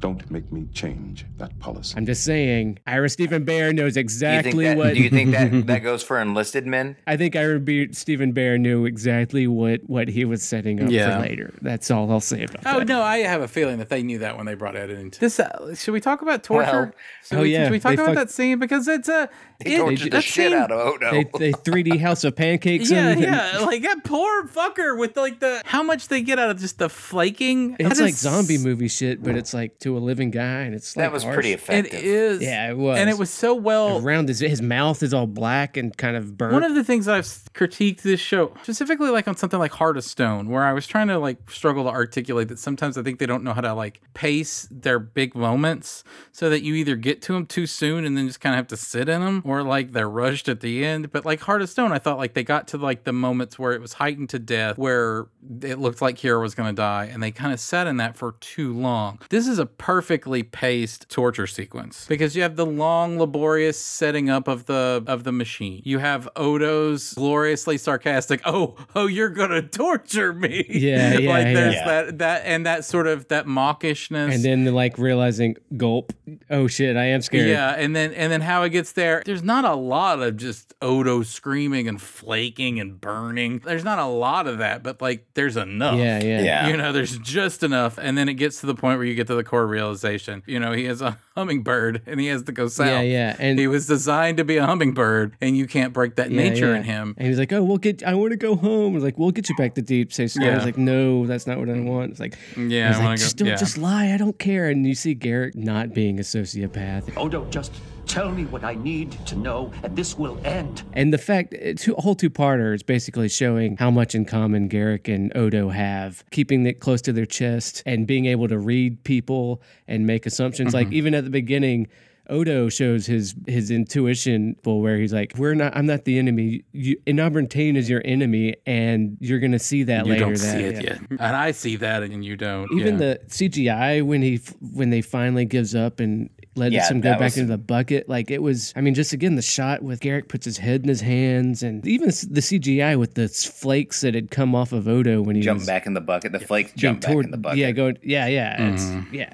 S7: Don't make me change that policy.
S2: I'm just saying, Ira Stephen Bear knows
S5: Do you
S2: exactly
S5: think that,
S2: what.
S5: do you think that that goes for enlisted men?
S2: I think Ira B- Stephen Bear knew exactly what what he was setting up
S4: Yeah.
S2: for later. That's all I'll say about
S4: Oh
S2: that.
S4: no, I have a feeling that they knew that when they brought Ed into this. Uh, should we talk about torture?
S5: Well-
S4: should
S2: Oh,
S4: we,
S2: yeah,
S4: Should we talk
S2: they
S4: about
S2: fuck-
S4: that scene because it's a
S5: They tortured the
S4: that
S5: shit
S4: scene-
S5: out of Odo.
S2: They, they 3D House of Pancakes.
S4: Yeah,
S2: him and-
S4: yeah, like that poor fucker with like the how much they get out of just the flaking. How
S2: It's
S4: does-
S2: like zombie movie shit, but it's like to a living guy, and it's like
S5: that was
S2: harsh.
S5: pretty
S4: It
S5: effective.
S4: is.
S2: Yeah, it was.
S4: And it was so well
S2: Around his his mouth is all black and kind of burnt.
S4: One of the things that I've critiqued this show, specifically like on something like Heart of Stone, where I was trying to like struggle to articulate that sometimes I think they don't know how to like pace their big moments so that you either get to them too soon and then just kind of have to sit in them or like they're rushed at the end. But like Heart of Stone, I thought like they got to like the moments where it was heightened to death, where it looked like Hero was going to die, and they kind of sat in that for too long. This is a perfectly paced torture sequence because you have the long, laborious setting up of the of the machine. You have Odo's gloriously sarcastic, "Oh, oh, you're going to torture me."
S2: Yeah, yeah,
S4: like there's
S2: yeah.
S4: that that and that sort of that mawkishness.
S2: and then like realizing, gulp. Oh shit, I am scared.
S4: Yeah, and then and then how it gets there. There's not a lot of just Odo screaming and flaking and burning. There's not a lot of that, but like there's enough.
S2: yeah, yeah.
S5: Yeah.
S4: You know, there's just enough, and then it gets to the point where you get to the core realization. You know, he is a hummingbird, and he has to go south.
S2: Yeah, yeah, and-
S4: he was designed to be a hummingbird, and you can't break that
S2: Yeah,
S4: nature
S2: yeah.
S4: in him.
S2: And he's like, "Oh, we'll get. I want to go home." We're like, "We'll get you back to deep space." Yeah. I was
S4: Yeah.
S2: like, "No, that's not what I want." It's like,
S4: Yeah,
S2: I was
S4: I
S2: like,
S4: wanna go-
S2: just don't,
S4: yeah.
S2: just lie. I don't care. And you see Garrick not being a sociopath,
S8: Odo, just tell me what I need to know, and this will end.
S2: And the fact, it's a whole two parter is basically showing how much in common Garrick and Odo have, keeping it close to their chest and being able to read people and make assumptions.
S4: Mm-hmm.
S2: Like even at the beginning, Odo shows his his intuition for where he's like, "We're not. I'm not the enemy. You, Inarbrantane is your enemy, and you're gonna see that
S4: You
S2: later."
S4: don't
S2: that,
S4: see it
S2: yeah.
S4: yet, and I see that, and you don't.
S2: Even
S4: yeah.
S2: the CGI when he f- when they finally gives up and lets
S5: Yeah,
S2: him go
S5: that
S2: back
S5: was-
S2: into the bucket, like it was. I mean, just again the shot with Garrick puts his head in his hands, and even s- the CGI with the s- flakes that had come off of Odo when he
S5: jump
S2: was
S5: back in the bucket. The flakes
S2: being
S5: jump back
S2: toward-
S5: in the bucket. Mm-hmm.
S2: Yeah, going. Yeah, yeah, it's, yeah.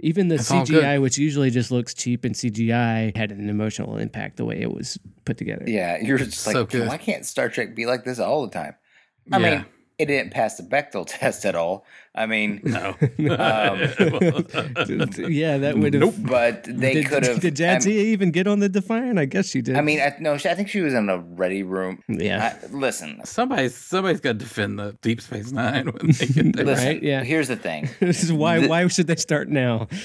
S2: Even the
S4: all good.
S2: CGI, which usually just looks cheap and CGI, had an emotional impact the way it was put together.
S5: Yeah, you're just
S4: so
S5: like,
S4: good.
S5: why can't Star Trek be like this all the time? I
S4: Yeah.
S5: mean, it didn't pass the Bechtel test at all. I mean,
S4: no.
S2: yeah, that would have.
S5: but they
S2: Did,
S5: could have.
S2: did Jadzia even get on the Defiant? I guess she did.
S5: I mean, I, no, she- I think she was in a ready room.
S2: Yeah.
S5: I, listen,
S4: Somebody's somebody's got to defend the Deep Space Nine when they get there.
S5: listen.
S2: Right, yeah.
S5: Here's the thing.
S2: This is why.
S5: The-
S2: why should they start now?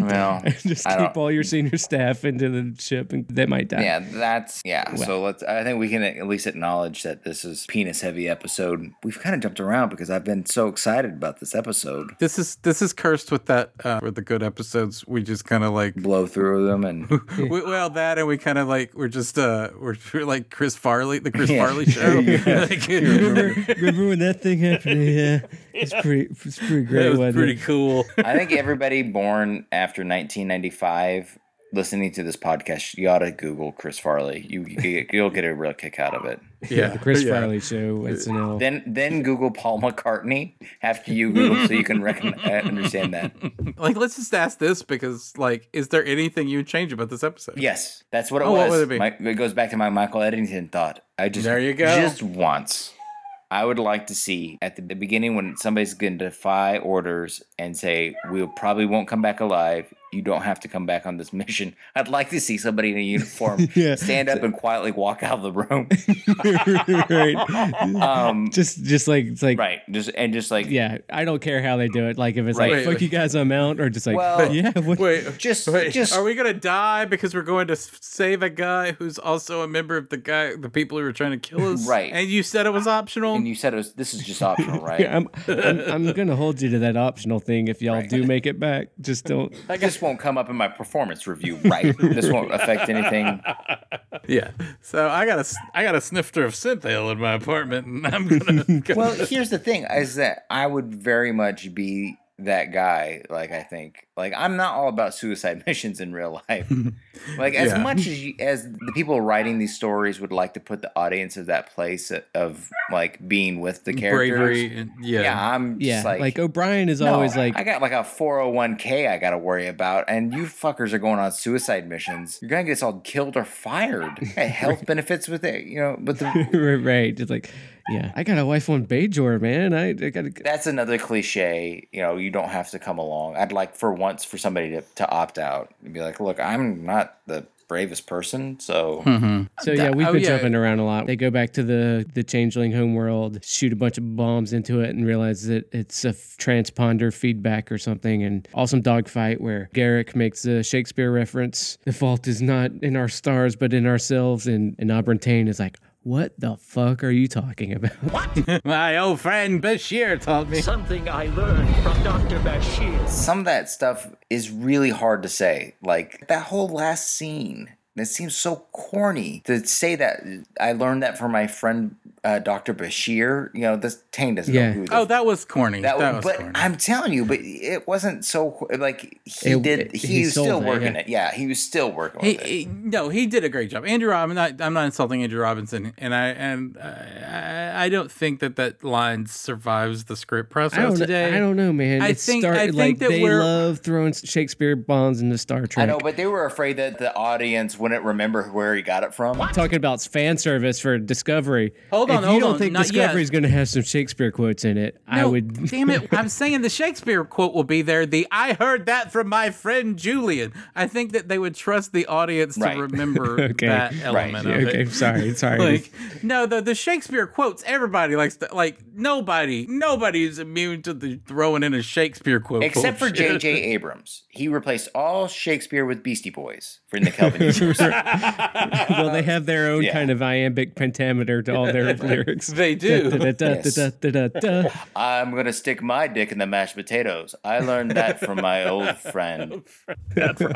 S5: Well,
S2: Just
S5: I
S2: keep
S5: don't-
S2: all your senior staff into the ship, and they might die.
S5: Yeah, that's yeah. so let's. I think we can at least acknowledge that this is penis heavy episode. We've kind of jumped around because I've been so excited about this episode.
S4: This is this is cursed with that uh, with the good episodes. We just kind of like
S5: Blow through them and
S4: we, well that, and we kind of like we're just uh we're, we're like Chris Farley, the Chris Farley show. Like,
S2: Remember, remember when that thing happened? Yeah, it's pretty. It's pretty great.
S4: that was
S2: wasn't
S4: pretty
S2: it?
S4: cool.
S5: I think everybody born after 1995 listening to this podcast, you ought to Google Chris Farley. You you'll get a real kick out of it.
S4: Yeah,
S2: Chris
S4: yeah.
S2: Farley show. SNL.
S5: Then then Google Paul McCartney after you Google, so you can recon- uh, understand that.
S4: Like, let's just ask this because, like, is there anything you would change about this episode?
S5: Yes, that's what it
S4: Oh, what
S5: was.
S4: would it be?
S5: My, it goes back to my Michael Eddington thought. I just
S4: There you go.
S5: Just once, I would like to see at the beginning when somebody's going to defy orders and say we probably won't come back alive. you don't have to come back on this mission. I'd like to see somebody in a uniform
S2: Yeah.
S5: stand up and quietly walk out of the room.
S2: right.
S5: Um,
S2: Just, just like it's like,
S5: right. Just and just like
S2: yeah. I don't care how they do it. Like if it's
S5: Right.
S2: like, fuck you guys, I'm out, or just like,
S5: Well-
S2: yeah, what,
S4: Wait,
S5: Just-
S4: wait,
S5: just-
S4: are we gonna die because we're going to s- save a guy who's also a member of the guy, the people who were trying to kill us?
S5: Right.
S4: And you said it was optional.
S5: and you said it was this is just optional, right?
S2: Yeah, I'm, I'm, I'm gonna hold you to that optional thing if y'all all do make it back. Just don't.
S5: This won't come up in my performance review, right? this won't affect anything.
S4: yeah. So I got a, s- I got a snifter of synthale in my apartment, and I'm gonna. go.
S5: Well, here's the thing is that I would very much be that guy, like I think. Like I'm not all about suicide missions in real life. like as
S4: Yeah.
S5: much as you, as the people writing these stories would like to put the audience of that place of like being with the characters.
S4: bravery. And, yeah.
S5: Yeah, I'm just
S2: Yeah, like,
S5: like,
S2: O'Brien is
S5: no,
S2: always like,
S5: I got like a 401k I got to worry about, and you fuckers are going on suicide missions. You're gonna get us all killed or fired. Hey, health benefits with it, you know. But the,
S2: right, just like, yeah, I got a wife on Bajor, man. I, I gotta.
S5: that's another cliche. You know, you don't have to come along. I'd like for once for somebody to, to opt out and be like, look, I'm not the bravest person,
S2: Hmm.
S5: so
S2: So yeah, we've
S4: oh,
S2: been
S4: yeah.
S2: jumping around a lot. They go back to the the changeling homeworld, shoot a bunch of bombs into it, and realize that it's a f- transponder feedback or something. And awesome dogfight where Garrick makes a Shakespeare reference. The fault is not in our stars, but in ourselves. And and Auburn Tain is like, "What the fuck are you talking about?"
S4: My old friend Bashir taught me.
S8: Something I learned from Dr. Bashir.
S5: some of that stuff is really hard to say. Like that whole last scene. It seems so corny to say that. I learned that from my friend uh, Dr. Bashir. You know, this Tane doesn't
S2: Yeah.
S5: know who the
S4: Oh, that was corny. That,
S5: That,
S4: was
S5: was, but
S4: corny.
S5: I'm telling you, but it wasn't so like he
S2: It-
S5: did.
S2: it-
S5: he,
S2: he
S5: was
S2: sold
S5: still
S2: it,
S5: working
S2: yeah.
S5: it. Yeah, he was still working.
S4: He,
S5: with it.
S4: he- no, he did a great job. Andrew, I'm not. I'm not insulting Andrew Robinson, and I and I, I- I don't think that that line survives the script process
S2: I don't,
S4: today.
S2: I don't know, man.
S4: I
S2: It
S4: think- I
S2: started
S4: think
S2: like
S4: that
S2: they
S4: we're-
S2: love throwing Shakespeare bombs into Star Trek.
S5: I know, but they were afraid that the audience wouldn't remember where he got it from.
S2: talking about fan service for Discovery.
S4: Hold on,
S2: if you
S4: hold
S2: don't
S4: on,
S2: think
S4: not yet.
S2: Discovery's going to have some Shakespeare quotes in it, I
S4: No,
S2: would.
S4: damn it! I'm saying the Shakespeare quote will be there. The "I heard that from my friend Julian." I think that they would trust the audience
S5: Right.
S4: to remember
S2: Okay.
S4: that
S5: Right.
S4: element of
S2: okay,
S4: it.
S2: sorry, sorry.
S4: Like no, the the Shakespeare quotes. Everybody likes to like nobody. Nobody is immune to the throwing in a Shakespeare quote.
S5: Except for
S4: bullshit.
S5: J.J. Abrams, he replaced all Shakespeare with Beastie Boys for in the Kelvin universe.
S2: well, they have their own
S5: Yeah.
S2: kind of iambic pentameter to all their lyrics.
S4: They do.
S2: Da-da-da-da-da-da-da.
S5: I'm gonna stick my dick in the mashed potatoes. I learned that from my old friend, Dr.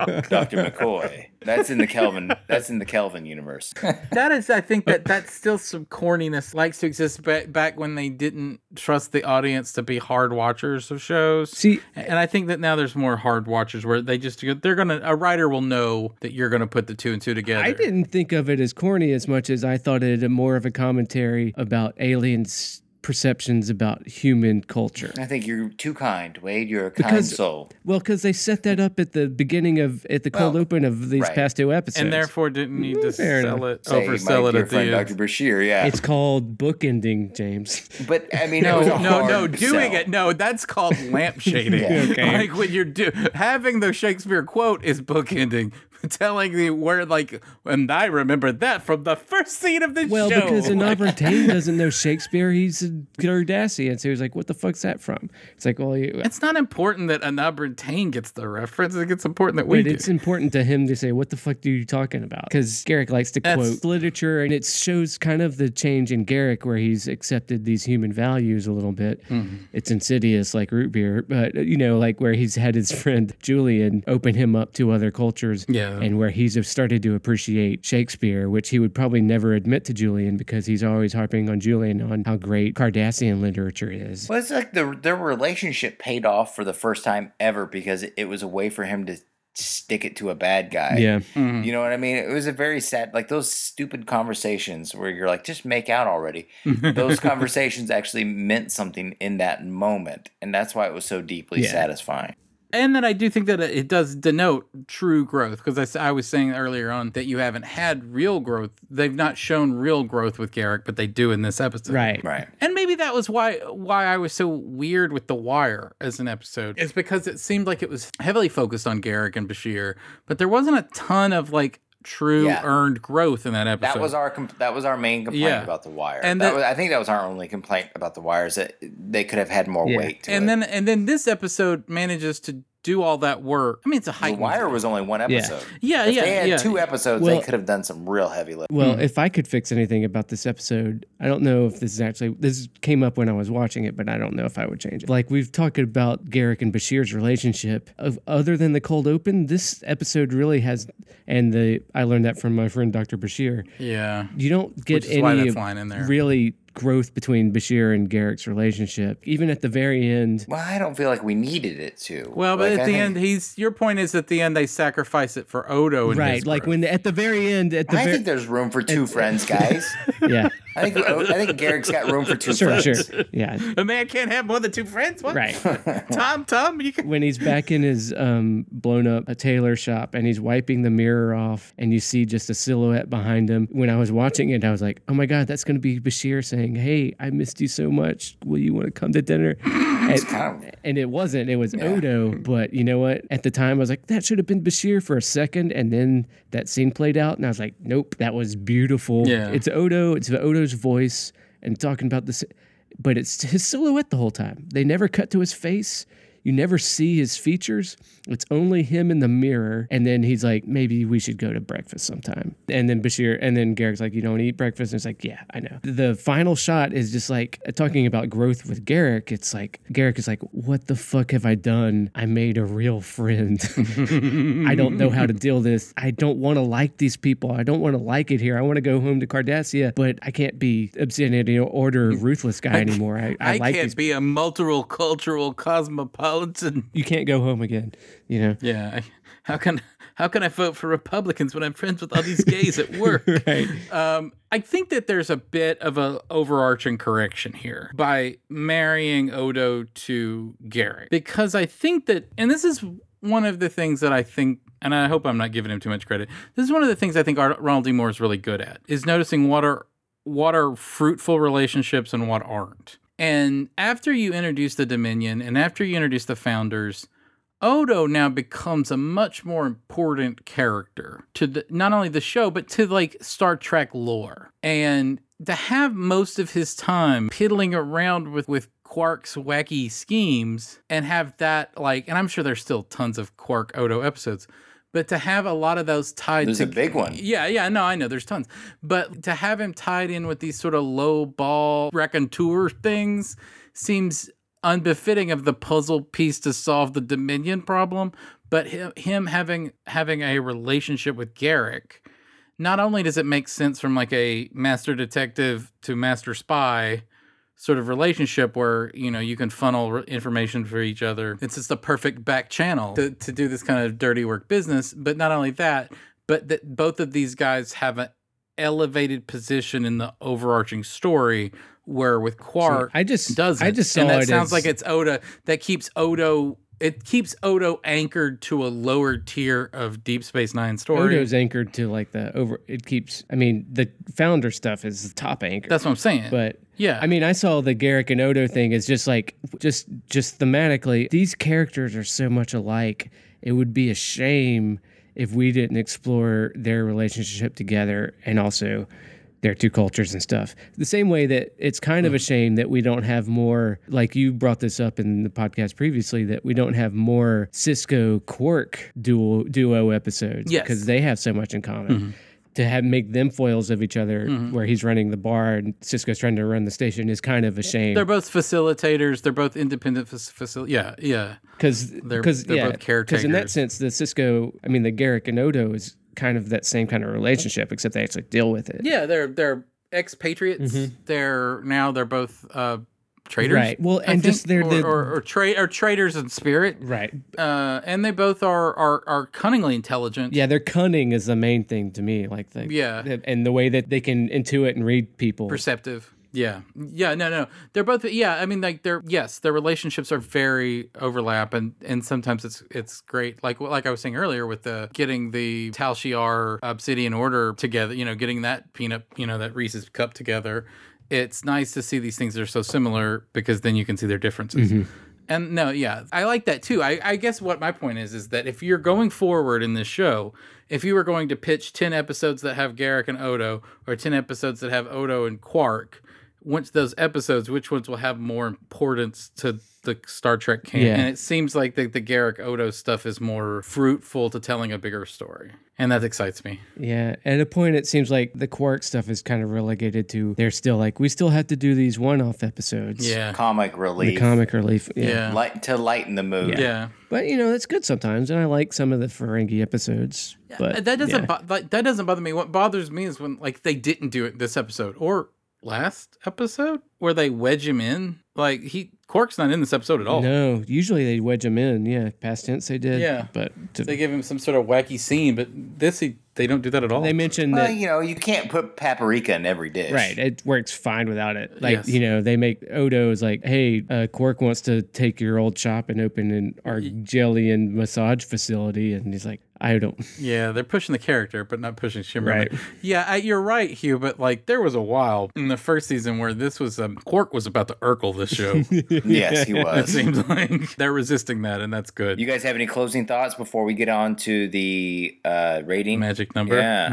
S5: McCoy. That's in the Kelvin. That's in the Kelvin universe.
S4: that is i think that that's still some corniness likes to exist back, back when they didn't trust the audience to be hard watchers of shows
S2: See-
S4: and i think that now there's more hard watchers where they just go they're gonna a writer will know that you're gonna put the two and two together
S2: I didn't think of it as corny as much as I thought it more of a commentary about aliens' perceptions about human culture.
S5: I think you're too kind, Wade. You're a kind
S2: Because-
S5: soul.
S2: Well, because they set that up at the beginning of at the cold
S5: Well,
S2: open of these
S5: right.
S2: past two episodes,
S4: and therefore didn't need to
S2: fair
S4: sell it
S5: Say, my
S4: oversell it
S5: dear
S4: at the
S5: friend,
S4: end
S5: Dr. Bashir. Yeah,
S2: It's called bookending, James.
S5: but I mean, it
S4: No,
S5: was a
S4: no,
S5: hard
S4: no. Doing
S5: sell.
S4: it, no. That's called lampshading. Like when you're do having the Shakespeare quote is bookending, telling the where like, and I remember that from the first scene of the
S2: Well,
S4: show.
S2: because an
S4: Like,
S2: Aubertain doesn't know Shakespeare, he's a Cardassian. So he was like, "What the fuck's that from?" It's like, "Well, you,
S4: it's not important that Anna Brittain gets the reference. Like, It's important that we
S2: but
S4: do.
S2: it's important to him to say, "What the fuck are you talking about?" Because Garrick likes to
S4: That's-
S2: quote literature, and it shows kind of the change in Garrick where he's accepted these human values a little bit.
S4: Mm-hmm.
S2: It's insidious, like root beer, but you know, like where he's had his friend Julian open him up to other cultures,
S4: Yeah.
S2: and where he's have started to appreciate Shakespeare, which he would probably never admit to Julian because he's always harping on Julian on how great Cardassian literature is.
S5: Well, it's like the, their relationship paid off for the first time ever because it was a way for him to stick it to a bad guy.
S2: Yeah,
S5: You know what I mean? It was a very sad, like those stupid conversations where you're like, just make out already. those conversations actually meant something in that moment. And that's why it was so deeply
S2: Yeah.
S5: satisfying.
S4: and then I do think that it does denote true growth because I, s- I was saying earlier on that you haven't had real growth. They've not shown real growth with Garrick, but they do in this episode.
S2: right.
S5: Right.
S4: And maybe that was why why I was so weird with The Wire as an episode. It's because it seemed like it was heavily focused on Garrick and Bashir, but there wasn't a ton of like true
S5: Yeah.
S4: earned growth in that episode.
S5: That was our com- that was our main complaint
S4: Yeah.
S5: about the wire,
S4: And
S5: and that
S4: the-
S5: was, I think that was our only complaint about the wire is that they could have had more
S2: Yeah.
S5: weight. To
S4: and
S5: it.
S4: then and then this episode manages to do all that work. I mean, it's a
S5: the
S4: heightened
S5: wire was only one
S2: Yeah.
S5: episode.
S4: Yeah,
S5: If
S4: yeah,
S5: they had
S4: yeah.
S5: two episodes,
S2: Well-
S5: they could have done some real heavy lifting.
S4: Hmm.
S2: Well, if I could fix anything about this episode, I don't know if this is actually this came up when I was watching it, but I don't know if I would change it. Like we've talked about Garrick and Bashir's relationship. Of other than the cold open, this episode really has and the I learned that from my friend Dr. Bashir.
S4: yeah.
S2: You don't get
S4: Which is
S2: any
S4: why that's lying in there.
S2: really growth between Bashir and Garrick's relationship. Even at the very end,
S5: Well, I don't feel like we needed it to.
S4: Well, but
S5: Like,
S4: at
S5: I
S4: the
S5: think-
S4: end, he's your point is at the end they sacrifice it for Odo and
S2: right?
S4: his
S2: Like
S4: group.
S2: when at the very end, at the
S5: I
S2: very
S5: think there's room for two friends, guys.
S2: yeah,
S5: I think oh, I think Garrick's got room for two
S2: sure,
S5: friends.
S2: sure, yeah,
S4: a man can't have more than two friends. What?
S2: right.
S4: Tom, Tom, you can.
S2: when he's back in his um, blown up a tailor shop and he's wiping the mirror off and you see just a silhouette behind him when i was watching it i was like oh my god that's going to be bashir saying hey i missed you so much will you want to come to dinner and,
S5: Kind of-
S2: and it wasn't it was odo but you know what at the time i was like that should have been bashir for a second and then that scene played out and i was like nope that was beautiful
S4: Yeah.
S2: it's odo it's odo's voice and talking about this but it's his silhouette the whole time. They never cut to his face. You never see his features. It's only him in the mirror. And then he's like, maybe we should go to breakfast sometime. And then Bashir, and then Garrick's like, you don't eat breakfast. And it's like, yeah, I know. The final shot is just like uh, talking about growth with Garrick. It's like, Garrick is like, what the fuck have I done? I made a real friend. I don't know how to deal this. I don't want to like these people. I don't want to like it here. I want to go home to Cardassia, but I can't be obscenity order ruthless guy anymore. I, I,
S4: I,
S2: like
S4: can't
S2: these.
S4: be a multicultural cosmopolitan.
S2: you can't go home again. You know.
S4: Yeah. I, how can how can I vote for Republicans when I'm friends with all these gays at work?
S2: Right.
S4: Um, I think that there's a bit of a overarching correction here by marrying Odo to Garrick because I think that, and this is one of the things that I think, and I hope I'm not giving him too much credit. This is one of the things I think Ar- Ronald D. Moore is really good at is noticing what are what are fruitful relationships and what aren't. And after you introduce the Dominion and after you introduce the Founders, Odo now becomes a much more important character to the, not only the show but to like Star Trek lore. And to have most of his time piddling around with with Quark's wacky schemes and have that like and I'm sure there's still tons of Quark Odo episodes, but to have a lot of those tied
S5: There's
S4: to
S5: a big one.
S4: yeah, yeah, no, I know. There's tons, but to have him tied in with these sort of low ball raconteur things seems unbefitting of the puzzle piece to solve the Dominion problem. But him, him having having a relationship with Garrick, not only does it make sense from like a master detective to master spy sort of relationship where you know you can funnel re- information for each other it's just the perfect back channel to, to do this kind of dirty work business but not only that but that both of these guys have an elevated position in the overarching story where with quark
S2: I just-
S4: doesn't
S2: I just
S4: and
S2: saw
S4: that
S2: it
S4: sounds
S2: as-
S4: like it's oda that keeps odo it keeps odo anchored to a lower tier of deep space nine story
S2: Odo's anchored to like the over. It keeps. I mean, the founder stuff is the top anchor.
S4: that's what i'm saying
S2: but
S4: yeah
S2: I mean, I saw the Garrick and Odo thing as just like just just thematically, these characters are so much alike. It would be a shame if we didn't explore their relationship together and also their two cultures and stuff. The same way that it's kind
S4: Hmm.
S2: of a shame that we don't have more like you brought this up in the podcast previously that we don't have more Cisco Quark duo duo episodes
S4: Yes.
S2: because they have so much in common
S4: Mm-hmm.
S2: to have make them foils of each other where he's running the bar and Cisco's trying to run the station is kind of a shame
S4: They're both facilitators. They're both independent fac- facil- Yeah, yeah.
S2: because
S4: they're-
S2: because
S4: they're
S2: yeah
S4: both
S2: 'cause in that
S4: caretakers.
S2: sense the Cisco I mean the Garrick and Odo is kind of that same kind of relationship except they actually deal with it
S4: Yeah, they're they're expatriates. They're now they're both uh, traders,
S2: Mm-hmm. Right. Well,
S4: I
S2: and just
S4: think,
S2: they're the-
S4: or or, or, tra- or traders in spirit,
S2: right
S4: uh, and they both are are, are cunningly intelligent.
S2: yeah their cunning is the main thing to me like the
S4: Yeah.
S2: the- and the way that they can intuit and read people
S4: perceptive. Yeah, yeah, no, no, they're both. Yeah, I mean, like they're yes, their relationships are very overlap, and and sometimes it's it's great. Like like I was saying earlier with the getting the Tal Shiar Obsidian Order together, you know, getting that peanut, you know, that Reese's cup together it's nice to see these things that are so similar because then you can see their differences. And no, yeah, I like that too. I, I guess what my point is is that if you're going forward in this show, if you were going to pitch 10 episodes that have Garrick and Odo or 10 episodes that have Odo and Quark, once those episodes, which ones will have more importance to the Star Trek canon?
S2: Yeah.
S4: And it seems like the, the Garrick Odo stuff is more fruitful to telling a bigger story. And that excites me.
S2: Yeah, at a point it seems like the Quark stuff is kind of relegated to they're still like we still have to do these one-off episodes.
S4: Yeah.
S5: comic
S2: the
S5: relief,
S2: comic relief.
S4: Yeah.
S5: light to lighten the mood.
S4: Yeah.
S2: but you know that's good sometimes, and I like some of the Ferengi episodes. But
S4: that doesn't
S2: yeah.
S4: bo- like, that doesn't bother me. What bothers me is when like they didn't do it this episode or last episode where they wedge him in. Like he Quark's not in this episode at all.
S2: No, usually they wedge them in. Yeah, past tense they did.
S4: Yeah.
S2: but to,
S4: They
S2: they,
S4: give him some sort of wacky scene, but this he, they don't do that at all.
S2: mentioned
S5: Well,
S2: that
S5: you know, you can't put paprika in every dish.
S2: Right. It works fine without it. Like,
S4: Yes.
S2: you know, they make Odo is like, hey, uh, Quark wants to take your old shop and open an Argelian massage facility. And he's like, I don't.
S4: Yeah, they're pushing the character, but not pushing Shimmer.
S2: Right.
S4: Yeah, I, you're right, Hugh. But like, there was a while in the first season where this was um, Quark was about to Urkel this show.
S5: Yes, he
S4: it
S5: was.
S4: seems like they're resisting that, and that's good.
S5: You guys have any closing thoughts before we get on to the uh, rating?
S4: Magic number.
S5: Yeah.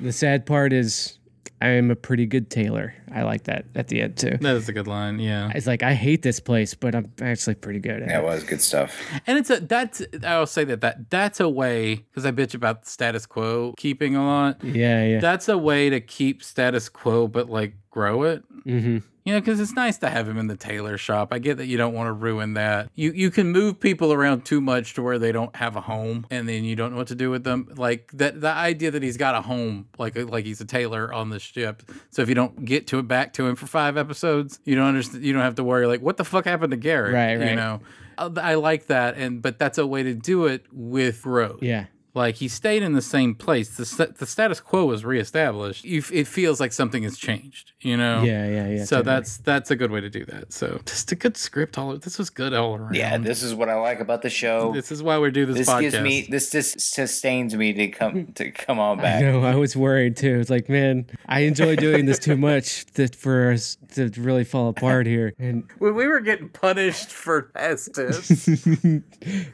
S2: The sad part is, I am a pretty good tailor. I like that at the end, too.
S4: That is a good line. Yeah.
S2: It's like, I hate this place, but I'm actually pretty good at
S5: That
S2: it.
S5: was good stuff.
S4: And it's a that's I'll say that that that's a way because I bitch about status quo keeping a lot.
S2: Yeah, yeah.
S4: That's a way to keep status quo, but like grow it.
S2: hmm
S4: You know, because it's nice to have him in the tailor shop. I get that you don't want to ruin that. You you can move people around too much to where they don't have a home, and then you don't know what to do with them. Like that, the idea that he's got a home, like uh, like he's a tailor on the ship. So if you don't get to it back to him for five episodes, you don't understand. You don't have to worry. Like what the fuck happened to Garrett?
S2: Right,
S4: You
S2: right.
S4: know, Uh, I like that, and but that's a way to do it with growth.
S2: Yeah.
S4: Like he stayed in the same place. The, st- the status quo was reestablished. You, f- it feels like something has changed, you know?
S2: Yeah, yeah, yeah,
S4: So
S2: totally.
S4: that's that's a good way to do that. So just a good script all this was good all around.
S5: Yeah, this is what I like about the show.
S4: This is why we do this,
S5: This
S4: podcast.
S5: gives me this just sustains me to come to come on
S2: I
S5: back.
S2: know. I was worried too. It's like, man, I enjoy doing this too much to, for us to really fall apart here. And
S4: when we were getting punished for Estes.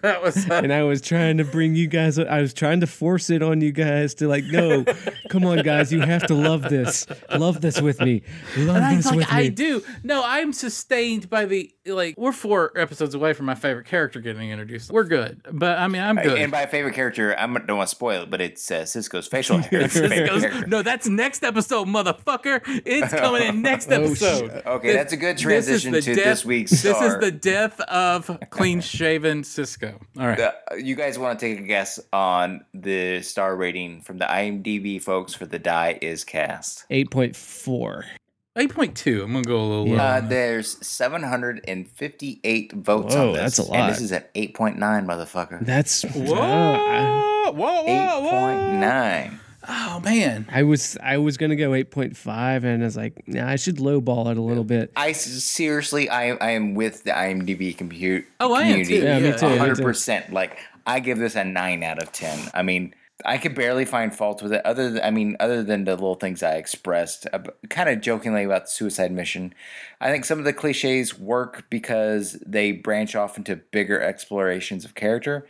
S4: that was
S2: and I was trying to bring you guys. I was trying to force it on you guys to like, no, come on, guys, you have to love this, love this with me, love
S4: And I
S2: this
S4: like
S2: with
S4: I
S2: me.
S4: do. No, I'm sustained by the like we're four episodes away from my favorite character getting introduced. We're good. But I mean I'm good.
S5: And by favorite character, I don't want to spoil it, but it's uh, Cisco's facial hair. It's his favorite
S4: Goes,
S5: character.
S4: no, that's next episode, motherfucker. It's coming in next episode.
S5: Oh, Okay,
S4: This-
S5: that's a good
S4: this is
S5: transition
S4: the
S5: to this week's star.
S4: This is the death of clean shaven Cisco. All right.
S5: Uh, you guys want to take a guess on the star rating from the IMDb folks for the die is cast?
S2: Eight point four.
S4: 8.2. I'm going to go a little
S2: Yeah.
S4: low.
S5: Uh,
S4: on that.
S5: there's 758 votes
S2: Whoa,
S5: on this.
S2: that's a
S5: And
S2: lot.
S5: this is at 8.9, motherfucker.
S2: That's
S4: Whoa,
S2: I,
S4: whoa, whoa, whoa.
S5: 8.9.
S4: Oh, man.
S2: I was I was gonna go eight point five, and I was like, nah, I should lowball it a little bit.
S5: I s- seriously, I, I am with the IMDb compute
S4: Oh, I am
S5: community.
S4: too, Yeah, me yeah. too, me too.
S5: 100%. Like, I give this a 9 out of 10. I mean, I could barely find fault with it. Other than, I mean, other than the little things I expressed, kind of jokingly about the suicide mission, I think some of the cliches work because they branch off into bigger explorations of character,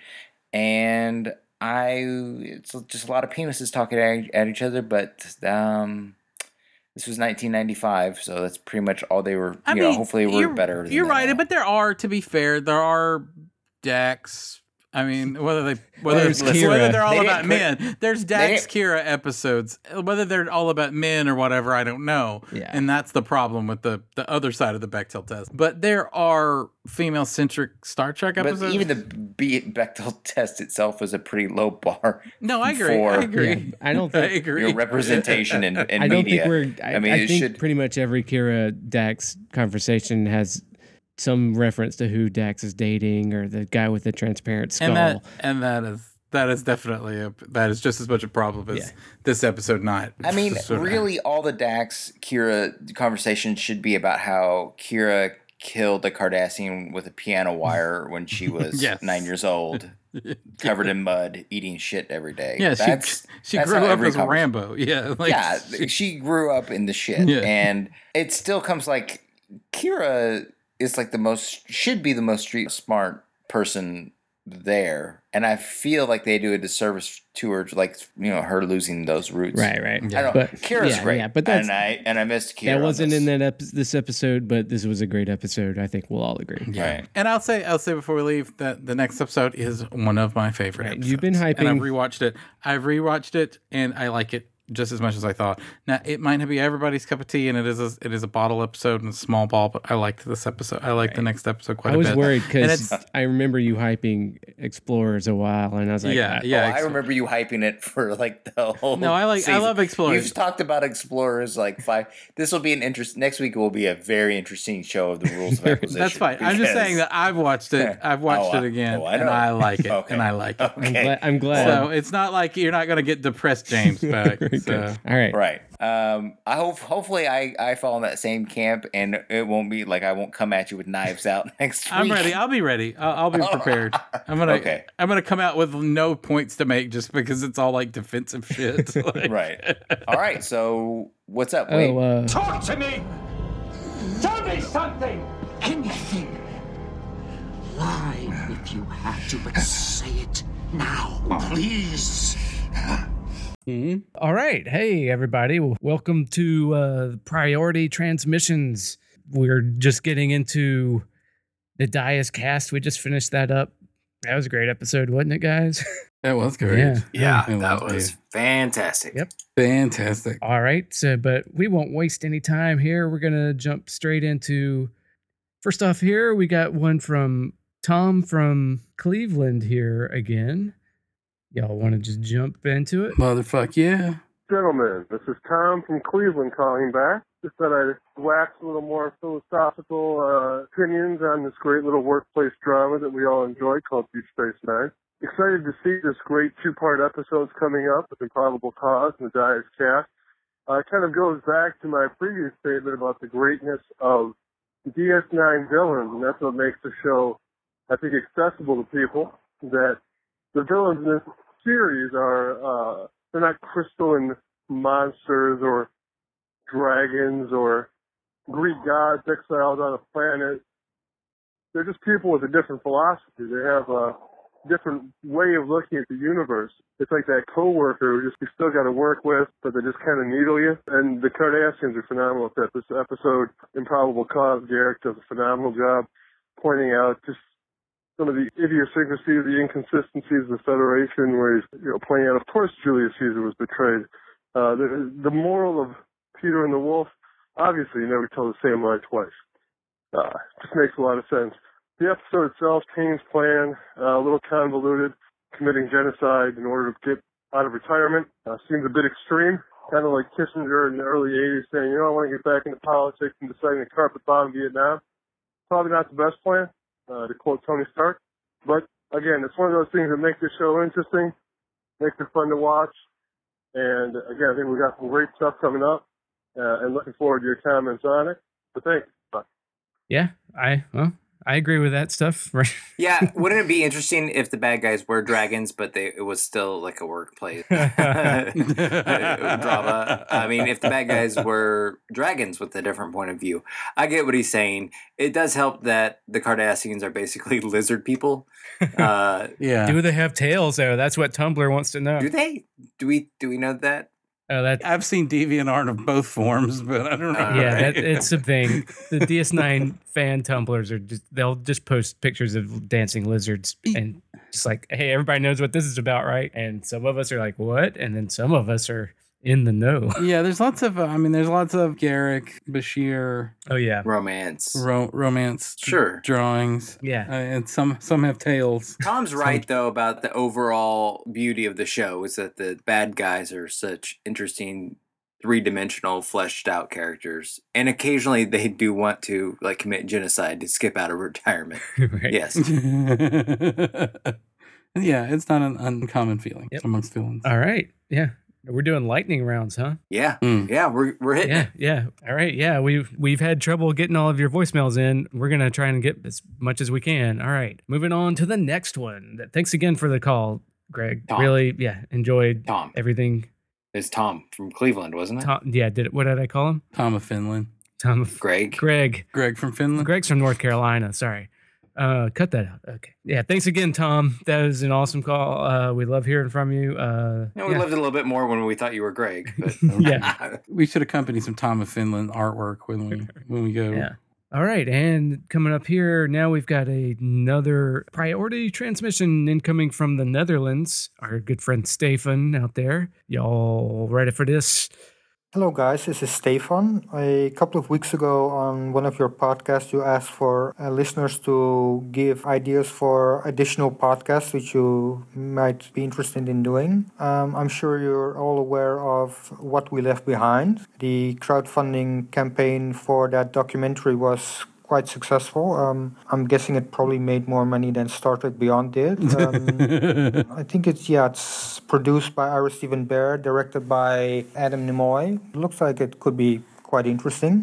S5: and I it's just a lot of penises talking at, at each other. But um, this was 1995, so that's pretty much all they were. You
S4: I
S5: know,
S4: mean,
S5: hopefully we're
S4: you're-
S5: better. than
S4: You're
S5: that
S4: right.
S5: now.
S4: But there are, to be fair, there are Dax. I mean, whether they whether
S2: There's
S4: whether
S2: Kira.
S4: they're all
S5: They didn't
S4: about
S5: put-
S4: men, there's Dax
S5: didn't-
S4: Kira episodes. Whether they're all about men or whatever, I don't know.
S2: Yeah.
S4: And that's the problem with the the other side of the Bechtel test. But there are female centric Star Trek episodes.
S5: but even the B- Bechtel test itself was a pretty low bar.
S4: no, I agree.
S5: for
S4: I agree.
S2: I don't
S4: I
S2: think
S4: agree.
S5: Your representation in, in
S2: I don't
S5: media.
S2: think we're. I,
S5: I mean,
S2: I
S5: it
S2: think
S5: should.
S2: pretty much every Kira Dax conversation has some reference to who Dax is dating or the guy with the transparent skull.
S4: and that and that is that is definitely a that is just as much a problem as
S2: Yeah.
S4: this episode not.
S5: I mean,
S4: Sort of.
S5: really, all the Dax Kira conversation should be about how Kira killed the Cardassian with a piano wire when she was
S4: Yes.
S5: nine years old, covered in mud, eating shit every day.
S4: Yeah,
S5: that's,
S4: she, she
S5: that's
S4: grew
S5: how
S4: up
S5: every
S4: as
S5: conver-
S4: Rambo. Yeah, like,
S5: yeah, she grew up in the shit,
S4: Yeah.
S5: and it still comes like Kira is like the most should be the most street smart person there, and I feel like they do a disservice to her, like you know her losing those roots.
S2: Right, right.
S5: I don't.
S2: But-
S5: Kira's
S2: yeah,
S5: great,
S2: yeah, but that's-
S5: and I and I missed Kira.
S2: That
S5: on
S2: wasn't
S5: this.
S2: in that ep- this episode, but this was a great episode. I think we'll all agree.
S5: Right. Oh,
S4: And I'll say, I'll say before we leave that the next episode is one of my favorite.
S2: Right,
S4: Episodes.
S2: you've been
S4: and I've
S2: hyping-
S4: rewatched it. I've rewatched it, and I like it just as much as I thought. Now it might not be everybody's cup of tea, and it is a, it is a bottle episode and a small ball, but I liked this episode. I liked the next episode quite
S2: I
S4: a
S2: was
S4: bit.
S2: worried
S4: And
S2: because
S4: it's-
S2: I remember you hyping Explorers a while, and I was like,
S4: yeah,
S2: ah,
S5: Oh,
S4: yeah.
S5: I remember you hyping it for like the whole.
S4: No, I like- I
S5: season.
S4: love Explorers.
S5: You've talked about Explorers like five. This will be an interest. Next week will be a very interesting show of the rules of acquisition.
S4: That's fine. I'm just
S5: because-
S4: saying that I've watched it. I've watched
S5: Oh,
S4: it
S5: I-
S4: again,
S5: oh, I
S4: and
S5: know.
S4: I like it,
S5: Okay.
S4: and I like it.
S2: I'm
S5: Okay.
S2: glad. I'm glad.
S4: So it's not like you're not going to get depressed James back. so.
S2: all right.
S5: Right. Um. I hope. Hopefully, I I fall in that same camp, and it won't be like I won't come at you with knives out next week.
S4: I'm ready. I'll be ready. I'll, I'll be prepared. I'm gonna.
S5: Okay.
S4: I'm gonna come out with no points to make just because it's all like defensive shit. Like,
S5: Right. All right. So what's up? Wait.
S2: Oh, uh,
S6: Talk to me! Tell me something!
S3: Anything. Lie if you have to, but say it now, please.
S2: all right. Hey, everybody. Well, Welcome to uh, Priority Transmissions. We're just getting into the Dias cast. We just finished that up. That was a great episode, wasn't it, guys?
S4: That was great.
S2: Yeah.
S9: Yeah,
S4: It
S9: that was fantastic.
S2: Yep.
S4: fantastic.
S2: All right. So, but we won't waste any time here. We're going to jump straight into first off, here we got one from Tom from Cleveland here again. Y'all want to just jump into it?
S4: Motherfuck yeah.
S10: Gentlemen, this is Tom from Cleveland calling back. Just thought I'd wax a little more philosophical uh, opinions on this great little workplace drama that we all enjoy called Deep Space Nine. Excited to see this great two-part episode coming up with Improbable Cause and the Dyer's Cast. Uh, it kind of goes back to my previous statement about the greatness of DS9 villains, and that's what makes the show, I think, accessible to people. That the villains in this series are uh, they're not crystalline monsters or dragons or Greek gods exiled on a planet. They're just people with a different philosophy. They have a different way of looking at the universe. It's like that coworker who just you still got to work with, but they just kind of needle you. And the Kardashians are phenomenal at that. This episode, Improbable Cause, Derek does a phenomenal job pointing out just some of the idiosyncrasies, the inconsistencies of the Federation, where he's you know, playing out, of course, Julius Caesar was betrayed. Uh, the, the moral of Peter and the Wolf, obviously, you never tell the same lie twice. Uh, just makes a lot of sense. The episode itself, Kane's plan, uh, a little convoluted, committing genocide in order to get out of retirement, uh, seems a bit extreme. Kind of like Kissinger in the early 80s saying, you know, I want to get back into politics and deciding to carpet bomb Vietnam. Probably not the best plan uh, to quote Tony Stark. But again, it's one of those things that make the show interesting, makes it fun to watch. And again, I think we got some great stuff coming up, uh, and looking forward to your comments on it. But thanks. Bye.
S2: Yeah. I, well, I agree with that stuff. Right.
S9: Yeah, wouldn't it be interesting if the bad guys were dragons, but they it was still like a workplace drama? I mean, if the bad guys were dragons with a different point of view, I get what he's saying. It does help that the Cardassians are basically lizard people. Uh,
S4: Yeah.
S2: Do they have tails, though? That's what Tumblr wants to know.
S9: do they? Do we? Do we know that?
S2: Oh, that,
S4: I've seen deviant art of both forms, but I don't know.
S9: Uh,
S2: yeah, that, it's a thing. The DS9 fan tumblers are just, they'll just post pictures of dancing lizards and just like, hey, everybody knows what this is about, right? And some of us are like, what? And then some of us are in the know.
S4: yeah. There's lots of. Uh, I mean, there's lots of Garrick, Bashir,
S2: Oh, yeah.
S9: Romance.
S4: ro- romance
S9: Sure.
S4: drawings, uh,
S2: Yeah.
S4: and some some have tails.
S9: Tom's right though about the overall beauty of the show is that the bad guys are such interesting three-dimensional fleshed out characters and occasionally they do want to like commit genocide to skip out of retirement.
S2: Right.
S9: Yes.
S4: yeah, it's not an uncommon feeling
S2: Yep.
S4: amongst villains.
S2: All right. Yeah. We're doing lightning rounds, huh?
S5: Yeah. Yeah, we're we're hitting
S2: Mm. Yeah,
S5: it.
S2: yeah. All right, yeah. We've we've had trouble getting all of your voicemails in. We're gonna try and get as much as we can. All right, moving on to the next one. Th- Thanks again for the call, Greg.
S5: Tom.
S2: Really, yeah, enjoyed
S5: Tom.
S2: everything.
S5: It's Tom from Cleveland, wasn't it?
S2: Tom, yeah, did what did I call him?
S4: Tom of Finland.
S2: Tom of
S5: Greg.
S2: Greg.
S4: Greg from Finland.
S2: Greg's from North Carolina. Sorry. Uh, cut that out. Okay. Yeah. Thanks again, Tom. That was an awesome call. Uh, we love hearing from you. Uh,
S5: Yeah, we
S2: yeah.
S5: loved it a little bit more when we thought you were Greg. But
S2: Yeah.
S4: We should accompany some Tom of Finland artwork when we when we go.
S2: Yeah. All right, and coming up here now, we've got another priority transmission incoming from the Netherlands. Our good friend Stefan out there, y'all ready for this?
S10: Hello, guys. This is Stefan. A couple of weeks ago, on one of your podcasts, you asked for uh, listeners to give ideas for additional podcasts which you might be interested in doing. Um, I'm sure you're all aware of What We Left Behind. The crowdfunding campaign for that documentary was quite successful. Um, I'm guessing it probably made more money than Star Trek Beyond did. Um, I think it's yeah, it's produced by Ira Stephen Bear, directed by Adam Nimoy. Looks like it could be quite interesting.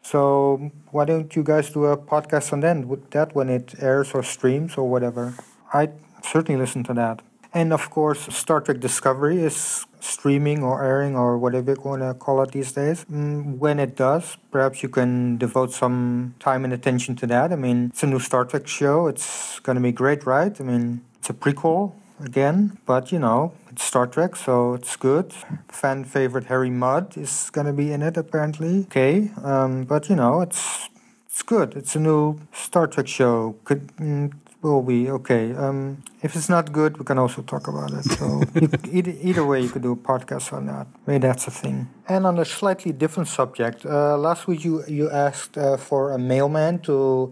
S10: So why don't you guys do a podcast on that, with that when it airs or streams or whatever? I certainly listen to that. And of course, Star Trek Discovery is streaming or airing or whatever you want to call it these days. Mm, When it does, perhaps you can devote some time and attention to that. I mean, it's a new Star Trek show. It's going to be great, right? I mean, it's a prequel again, but you know, it's Star Trek, so it's good. Fan favorite Harry Mudd is going to be in it, apparently. Okay, um, but you know, it's it's good. It's a new Star Trek show. Could mm, will be okay. Um, if it's not good, we can also talk about it. So you, either, either way, you could do a podcast on that. Maybe that's a thing. And on a slightly different subject, uh, last week you you asked uh, for a mailman to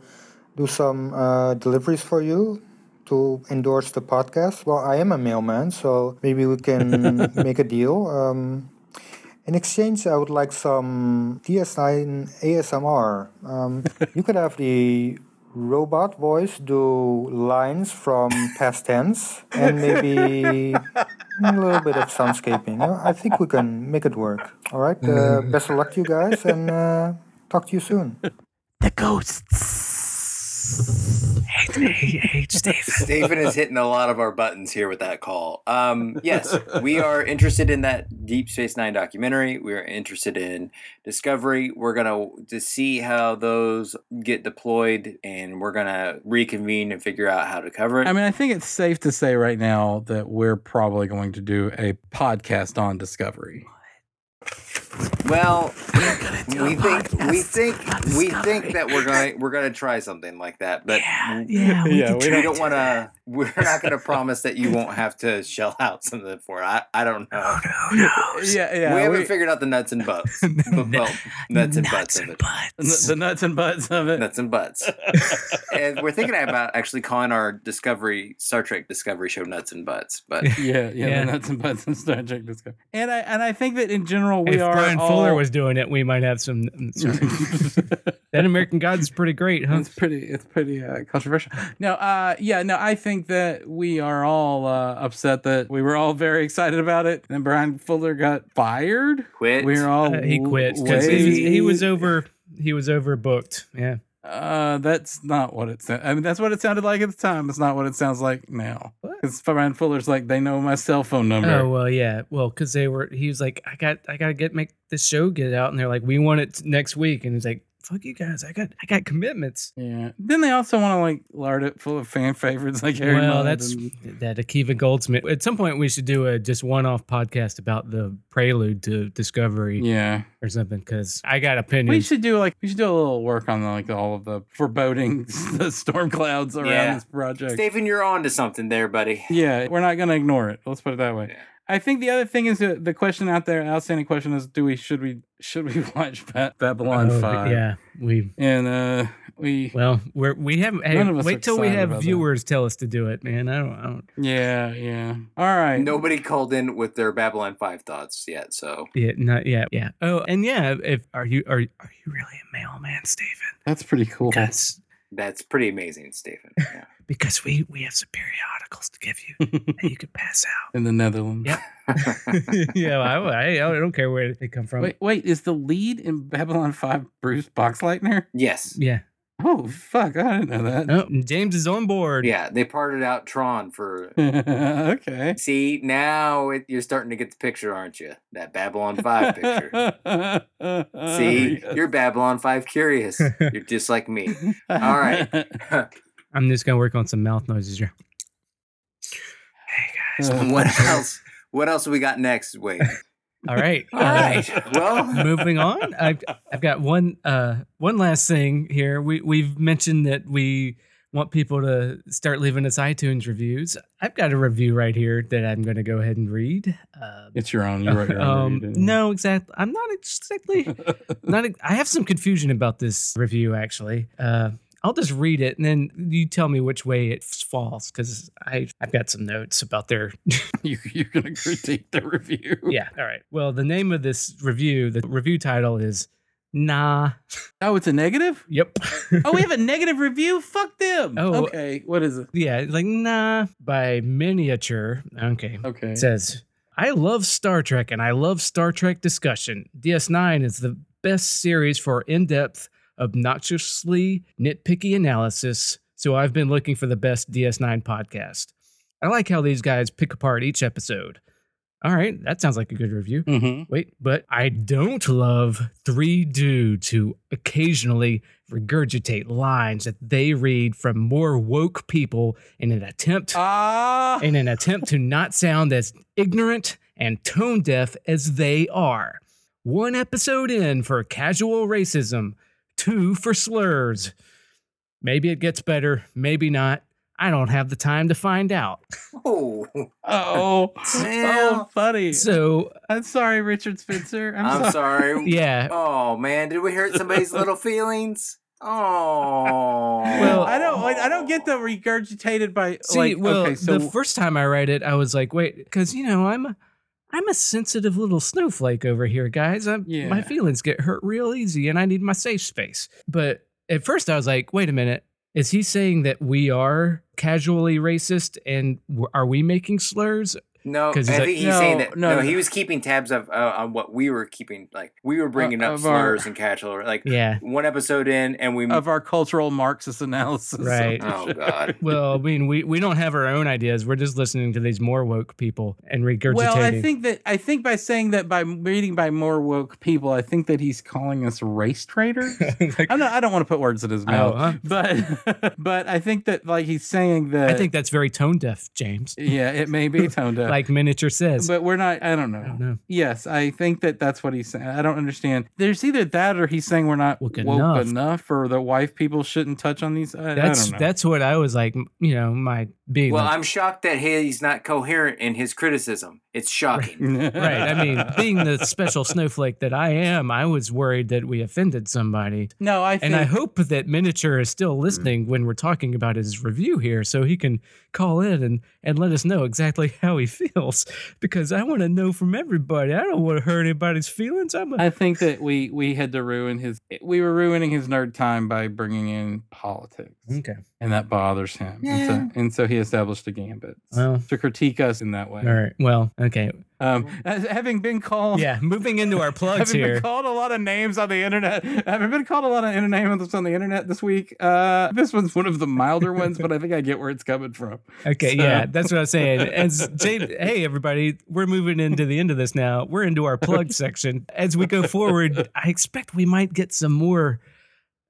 S10: do some uh, deliveries for you to endorse the podcast. Well, I am a mailman, so maybe we can make a deal. Um, in exchange, I would like some DS9 ASMR. Um, you could have the robot voice do lines from past tense and maybe a little bit of soundscaping. Uh, I think we can make it work. All right. Uh, best of luck to you guys and uh, talk to you soon. The ghosts.
S5: Stephen is hitting a lot of our buttons here with that call. Um, yes, we are interested in that Deep Space Nine documentary. We are interested in Discovery. We're gonna to see how those get deployed, and we're gonna reconvene and figure out how to cover it.
S4: I mean, I think it's safe to say right now that we're probably going to do a podcast on Discovery.
S5: well, we think we think we think that we're gonna we're gonna try something like that, but Uh, yeah,
S4: yeah, we
S5: we,
S4: Yeah, can we try don't-
S5: don't want to. We're not gonna promise that you won't have to shell out something for. it. I I don't know.
S4: Yeah, yeah.
S5: we haven't
S4: we-
S5: figured out the nuts and butts. B- well, nuts and butts of it.
S4: the nuts and butts of it.
S5: Nuts and butts. and we're thinking about actually calling our Discovery Star Trek Discovery show Nuts and Butts, but
S4: yeah, yeah, the nuts and butts of Star Trek Discovery. And I and I think that in general we
S2: if
S4: are
S2: Brian
S4: all,
S2: Fuller was doing it, we might have some. mm, Sorry. that American God's pretty great, huh?
S4: It's pretty. It's pretty uh, controversial. No, uh, yeah, no. I think that we are all uh, upset that we were all very excited about it, and Brian Fuller got fired.
S5: Quit.
S4: We are all
S2: Uh, he quit because
S4: way-
S2: he, was- he was over. He was overbooked. Yeah.
S4: Uh, that's not what it. sa- I mean, that's what it sounded like at the time. It's not what it sounds like now. Because Brian Fuller's like, they know my cell phone number.
S2: Oh well, yeah. Well, because they were. He was like, I got, I gotta get make the show get out, and they're like, we want it next week, and he's like, fuck you guys, I got, I got commitments.
S4: Yeah. Then they also want to like lard it full of fan favorites like Harry.
S2: well,
S4: Mudd
S2: that's
S4: and-
S2: that Akiva Goldsmith. At some point, we should do a just one-off podcast about the prelude to Discovery,
S4: yeah,
S2: or something. Because I got opinions.
S4: We should do like we should do a little work on like all of the foreboding the storm clouds around
S5: Yeah.
S4: this project.
S5: Stephen, you're on to something there, buddy.
S4: Yeah, we're not gonna ignore it. Let's put it that way. I think the other thing is that the question out there, outstanding question is: Do we should we should we watch Ba- Babylon
S2: Oh,
S4: Five?
S2: Yeah, we
S4: and uh we
S2: well we're, we haven't. Hey,
S4: None of us are
S2: wait till we
S4: excited
S2: have
S4: about that.
S2: viewers tell us to do it, man. I don't. I don't
S4: Yeah, yeah. All right.
S5: Nobody called in with their Babylon Five thoughts yet, so
S2: yeah, not yet. Yeah. Oh, and yeah. If are you are you- are you really a mailman, Stephen?
S4: That's pretty cool.
S2: That's
S5: that's pretty amazing, Stephen.
S2: because we we have some periodicals to give you that you can pass out.
S4: in the Netherlands.
S2: yeah, well, I, I don't care where they come from.
S4: Wait, wait, is the lead in Babylon 5 Bruce Boxleitner?
S5: Yes.
S2: Yeah.
S4: Oh, fuck. I didn't know that.
S2: Oh, James is on board.
S5: Yeah, they parted out Tron for.
S4: okay.
S5: See, now it, you're starting to get the picture, aren't you? That Babylon 5 picture. See, you're Babylon 5 curious. You're just like me. All right.
S2: I'm just gonna work on some mouth noises here.
S5: what else? What else we got next, Wade?
S2: All right. uh,
S5: All right. Well,
S2: moving on. I've I've got one uh one last thing here. We we've mentioned that we want people to start leaving us iTunes reviews. I've got a review right here that I'm going to go ahead and read. Um,
S4: It's your own. You wrote your own.
S2: um,
S4: review, didn't you?
S2: no, exactly. I'm not exactly. not. ex- I have some confusion about this review actually. Uh, I'll just read it and then you tell me which way it falls because I I've got some notes about their
S4: You, you're going to critique the review.
S2: yeah. All right. Well, the name of this review, the review title is Nah.
S4: Oh, it's a negative?
S2: Yep.
S4: Oh, we have a negative review? Fuck them.
S2: Oh.
S4: okay. What is it?
S2: yeah, it's like Nah by Miniature. Okay.
S4: Okay.
S2: It says, I love Star Trek and I love Star Trek discussion. DS9 is the best series for in depth, obnoxiously nitpicky analysis. So I've been looking for the best DS9 podcast. I like how these guys pick apart each episode. All right, that sounds like a good review.
S4: Mm-hmm.
S2: Wait, but I don't love three dudes who occasionally regurgitate lines that they read from more woke people in an attempt
S4: Ah.
S2: in an attempt to not sound as ignorant and tone deaf as they are. One episode in for casual racism, two for slurs. Maybe it gets better, maybe not. I don't have the time to find out.
S5: oh,
S4: Oh, oh,
S5: Well,
S4: funny.
S2: So,
S4: I'm sorry, Richard Spencer. I'm,
S5: I'm
S4: sorry.
S5: sorry.
S2: yeah,
S5: Oh man, did we hurt somebody's little feelings? Oh.
S2: Well-
S4: I don't. like, I don't get the regurgitated by.
S2: See,
S4: like,
S2: well,
S4: okay, so
S2: the first time I read it, I was like, wait, because you know, I'm a, I'm a sensitive little snowflake over here, guys. I'm,
S4: Yeah.
S2: My feelings get hurt real easy, and I need my safe space. But at first, I was like, wait a minute, is he saying that we are casually racist, and w- are we making slurs?
S5: No, I
S2: 'Cause he's
S5: think
S2: like,
S5: he's
S4: "No,
S5: saying that.
S4: no,
S5: No,
S4: no."
S5: he was keeping tabs of uh, on what we were keeping. Like we were bringing up
S4: Uh, of our-
S5: slurs and casual. Like
S2: Yeah.
S5: one episode in, and we.
S4: of our cultural Marxist analysis, of
S2: Right.
S4: the
S5: oh
S4: show.
S5: God.
S2: Well, I mean, we, we don't have our own ideas. We're just listening to these more woke people and regurgitating.
S4: Well, I think that I think by saying that by reading by more woke people, I think that he's calling us race traitors.
S2: Like,
S4: I'm not, I don't want to put words in his
S2: oh,
S4: mouth,
S2: huh?
S4: but but I think that like he's saying that
S2: I think that's very tone deaf, James.
S4: yeah, it may be tone deaf,
S2: Like miniature says.
S4: but we're not. I don't
S2: I
S4: know.
S2: don't know.
S4: Yes, I think that that's what he's saying. I don't understand. There's either that or he's saying we're not woke
S2: Woke
S4: enough,
S2: enough.
S4: or the wife people shouldn't touch on these. I,
S2: That's
S4: I don't know.
S2: that's what I was like. m- You know, my being.
S5: Well,
S2: like,
S5: I'm shocked that he's not coherent in his criticism. It's shocking.
S2: right. I mean, being the special snowflake that I am, I was worried that we offended somebody,
S4: no, I think
S2: and I hope that Miniature is
S4: Hmm.
S2: still listening when we're talking about his review here, so he can call in and and let us know exactly how he feels, because I want to know from everybody. I don't want to hurt anybody's feelings. I'm a,
S4: I think that we we had to ruin his we were ruining his nerd time by bringing in politics,
S2: okay.
S4: and that bothers him. And, so, and so he established a gambit
S2: Well.
S4: to critique us in that way.
S2: All right. Well, okay.
S4: Um, as- having been called,
S2: Yeah. Moving into our plugs
S4: having
S2: here.
S4: been called a lot of names on the internet, having been called a lot of inter- names on the internet this week. Uh, this one's one of the milder ones, but I think I get where it's coming from.
S2: Okay,
S4: So-
S2: yeah, that's what I'm saying. As Jane, hey everybody, we're moving into the end of this now. We're into our plug section. As we go forward, I expect we might get some more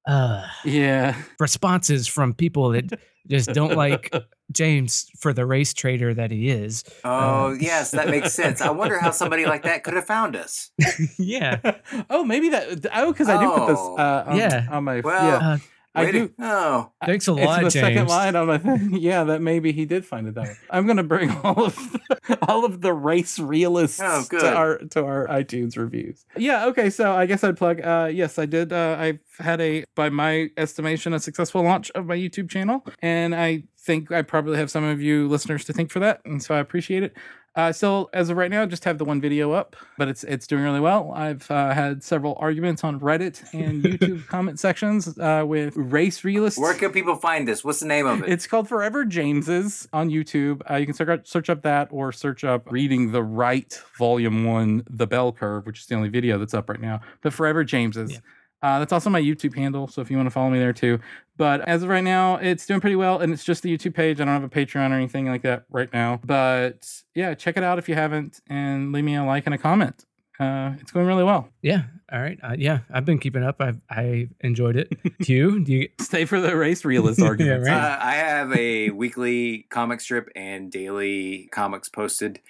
S2: uh
S4: Yeah.
S2: responses from people that just don't like James for the race traitor that he is.
S5: Oh yes, that makes sense. I wonder how somebody like that could have found us.
S2: yeah.
S4: oh, maybe that. Oh, because I do put this
S5: Oh.
S4: uh, on,
S2: Yeah.
S4: on my.
S5: Well,
S4: yeah.
S2: Uh,
S4: I
S5: Way to-
S4: do.
S5: Oh,
S2: thanks a
S4: It's
S2: lot,
S4: the second
S2: James.
S4: line on my thing. Yeah, that maybe he did find it that way. I'm gonna bring all of the, all of the race realists
S5: Oh, good.
S4: to our to our iTunes reviews. Yeah, okay. So I guess I'd plug. Uh, yes, I did. Uh, I've had a, by my estimation, a successful launch of my YouTube channel, and I think I probably have some of you listeners to thank for that, and so I appreciate it. Uh, so as of right now, I just have the one video up, but it's it's doing really well. I've uh, had several arguments on Reddit and YouTube comment sections uh, with race realists.
S5: Where can people find this? What's the name of it?
S4: It's called Forever James's on YouTube. Uh, you can search up, search up that or search up Reading the Right Volume 1 The Bell Curve, which is the only video that's up right now. But Forever James's. Uh, that's also my YouTube handle. So if you want to follow me there too. But as of right now, it's doing pretty well. And it's just the YouTube page. I don't have a Patreon or anything like that right now. But yeah, check it out if you haven't and leave me a like and a comment. Uh, it's going really well.
S2: Yeah. All right. Uh, yeah, I've been keeping up. I've I enjoyed it. Hugh, do you
S4: stay for the race realist argument?
S2: yeah, right.
S5: Uh, I have a weekly comic strip and daily comics posted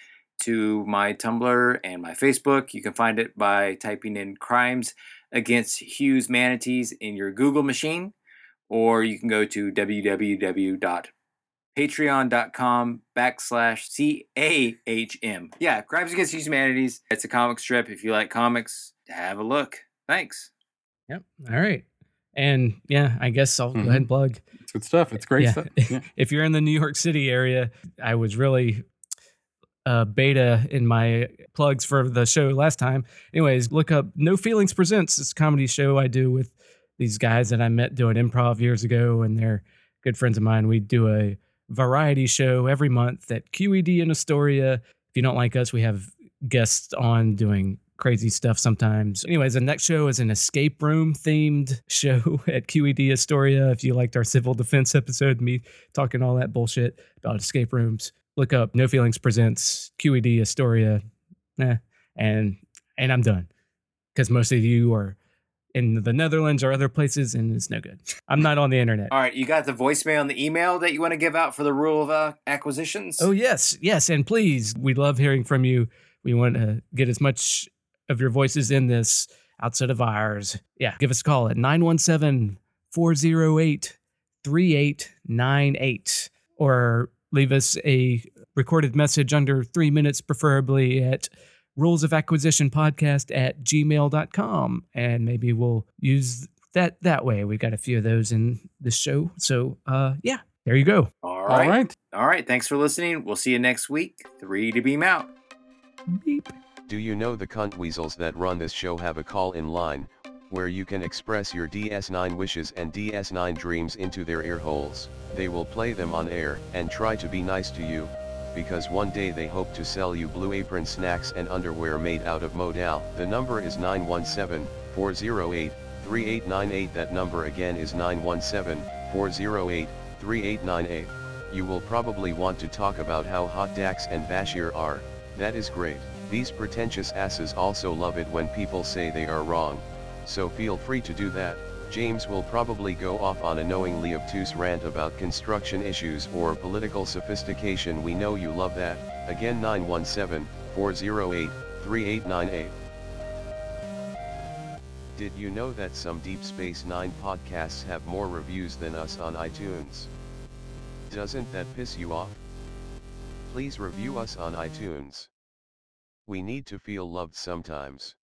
S5: to my Tumblr and my Facebook. You can find it by typing in crimes against Hughes manatees in your Google machine, or you can go to www.patreon.com backslash CAHM. Yeah, crimes against Hughes manatees. It's a comic strip. If you like comics, have a look. Thanks.
S2: Yep. All right. And yeah, I guess I'll
S4: Mhm.
S2: go ahead and plug.
S4: It's good stuff. It's great
S2: Yeah.
S4: stuff. Yeah.
S2: if you're in the New York City area, I was really uh, beta in my plugs for the show last time. Anyways, look up No Feelings Presents. It's a comedy show I do with these guys that I met doing improv years ago, and they're good friends of mine. We do a variety show every month at QED in Astoria. If you don't like us, we have guests on doing crazy stuff sometimes. Anyways, the next show is an escape room themed show at QED Astoria. If you liked our civil defense episode, me talking all that bullshit about escape rooms, look up No Feelings Presents QED Astoria. Nah, and and I'm done because most of you are in the Netherlands or other places, and it's no good. I'm not on the internet.
S5: All right, you got the voicemail and the email that you want to give out for the rule of uh, acquisitions?
S2: Oh yes, yes, and please, we love hearing from you. We want to get as much of your voices in this outside of ours. Yeah, give us a call at 917-408-3898 or leave us a recorded message under 3 minutes preferably at rules of acquisition podcast at gmail.com and maybe we'll use that that way we've got a few of those in this show so uh yeah there you go
S5: All
S4: All
S5: right.
S4: right.
S5: All right. Thanks for listening. We'll see you next week. Three to beam out.
S1: Do you know the cunt weasels that run this show have a call in line, where you can express your DS9 wishes and DS9 dreams into their ear holes? They will play them on air and try to be nice to you, because one day they hope to sell you blue apron snacks and underwear made out of modal. The number is 917 408 3898. That number again is 917 408 3898. You will probably want to talk about how hot Dax and Bashir are, that is great. These pretentious asses also love it when people say they are wrong, so feel free to do that. James will probably go off on a knowingly obtuse rant about construction issues or political sophistication. We know you love that. Again 917 408 3898. Did you know that some Deep Space Nine podcasts have more reviews than us on iTunes? Doesn't that piss you off? Please review us on iTunes. We need to feel loved sometimes.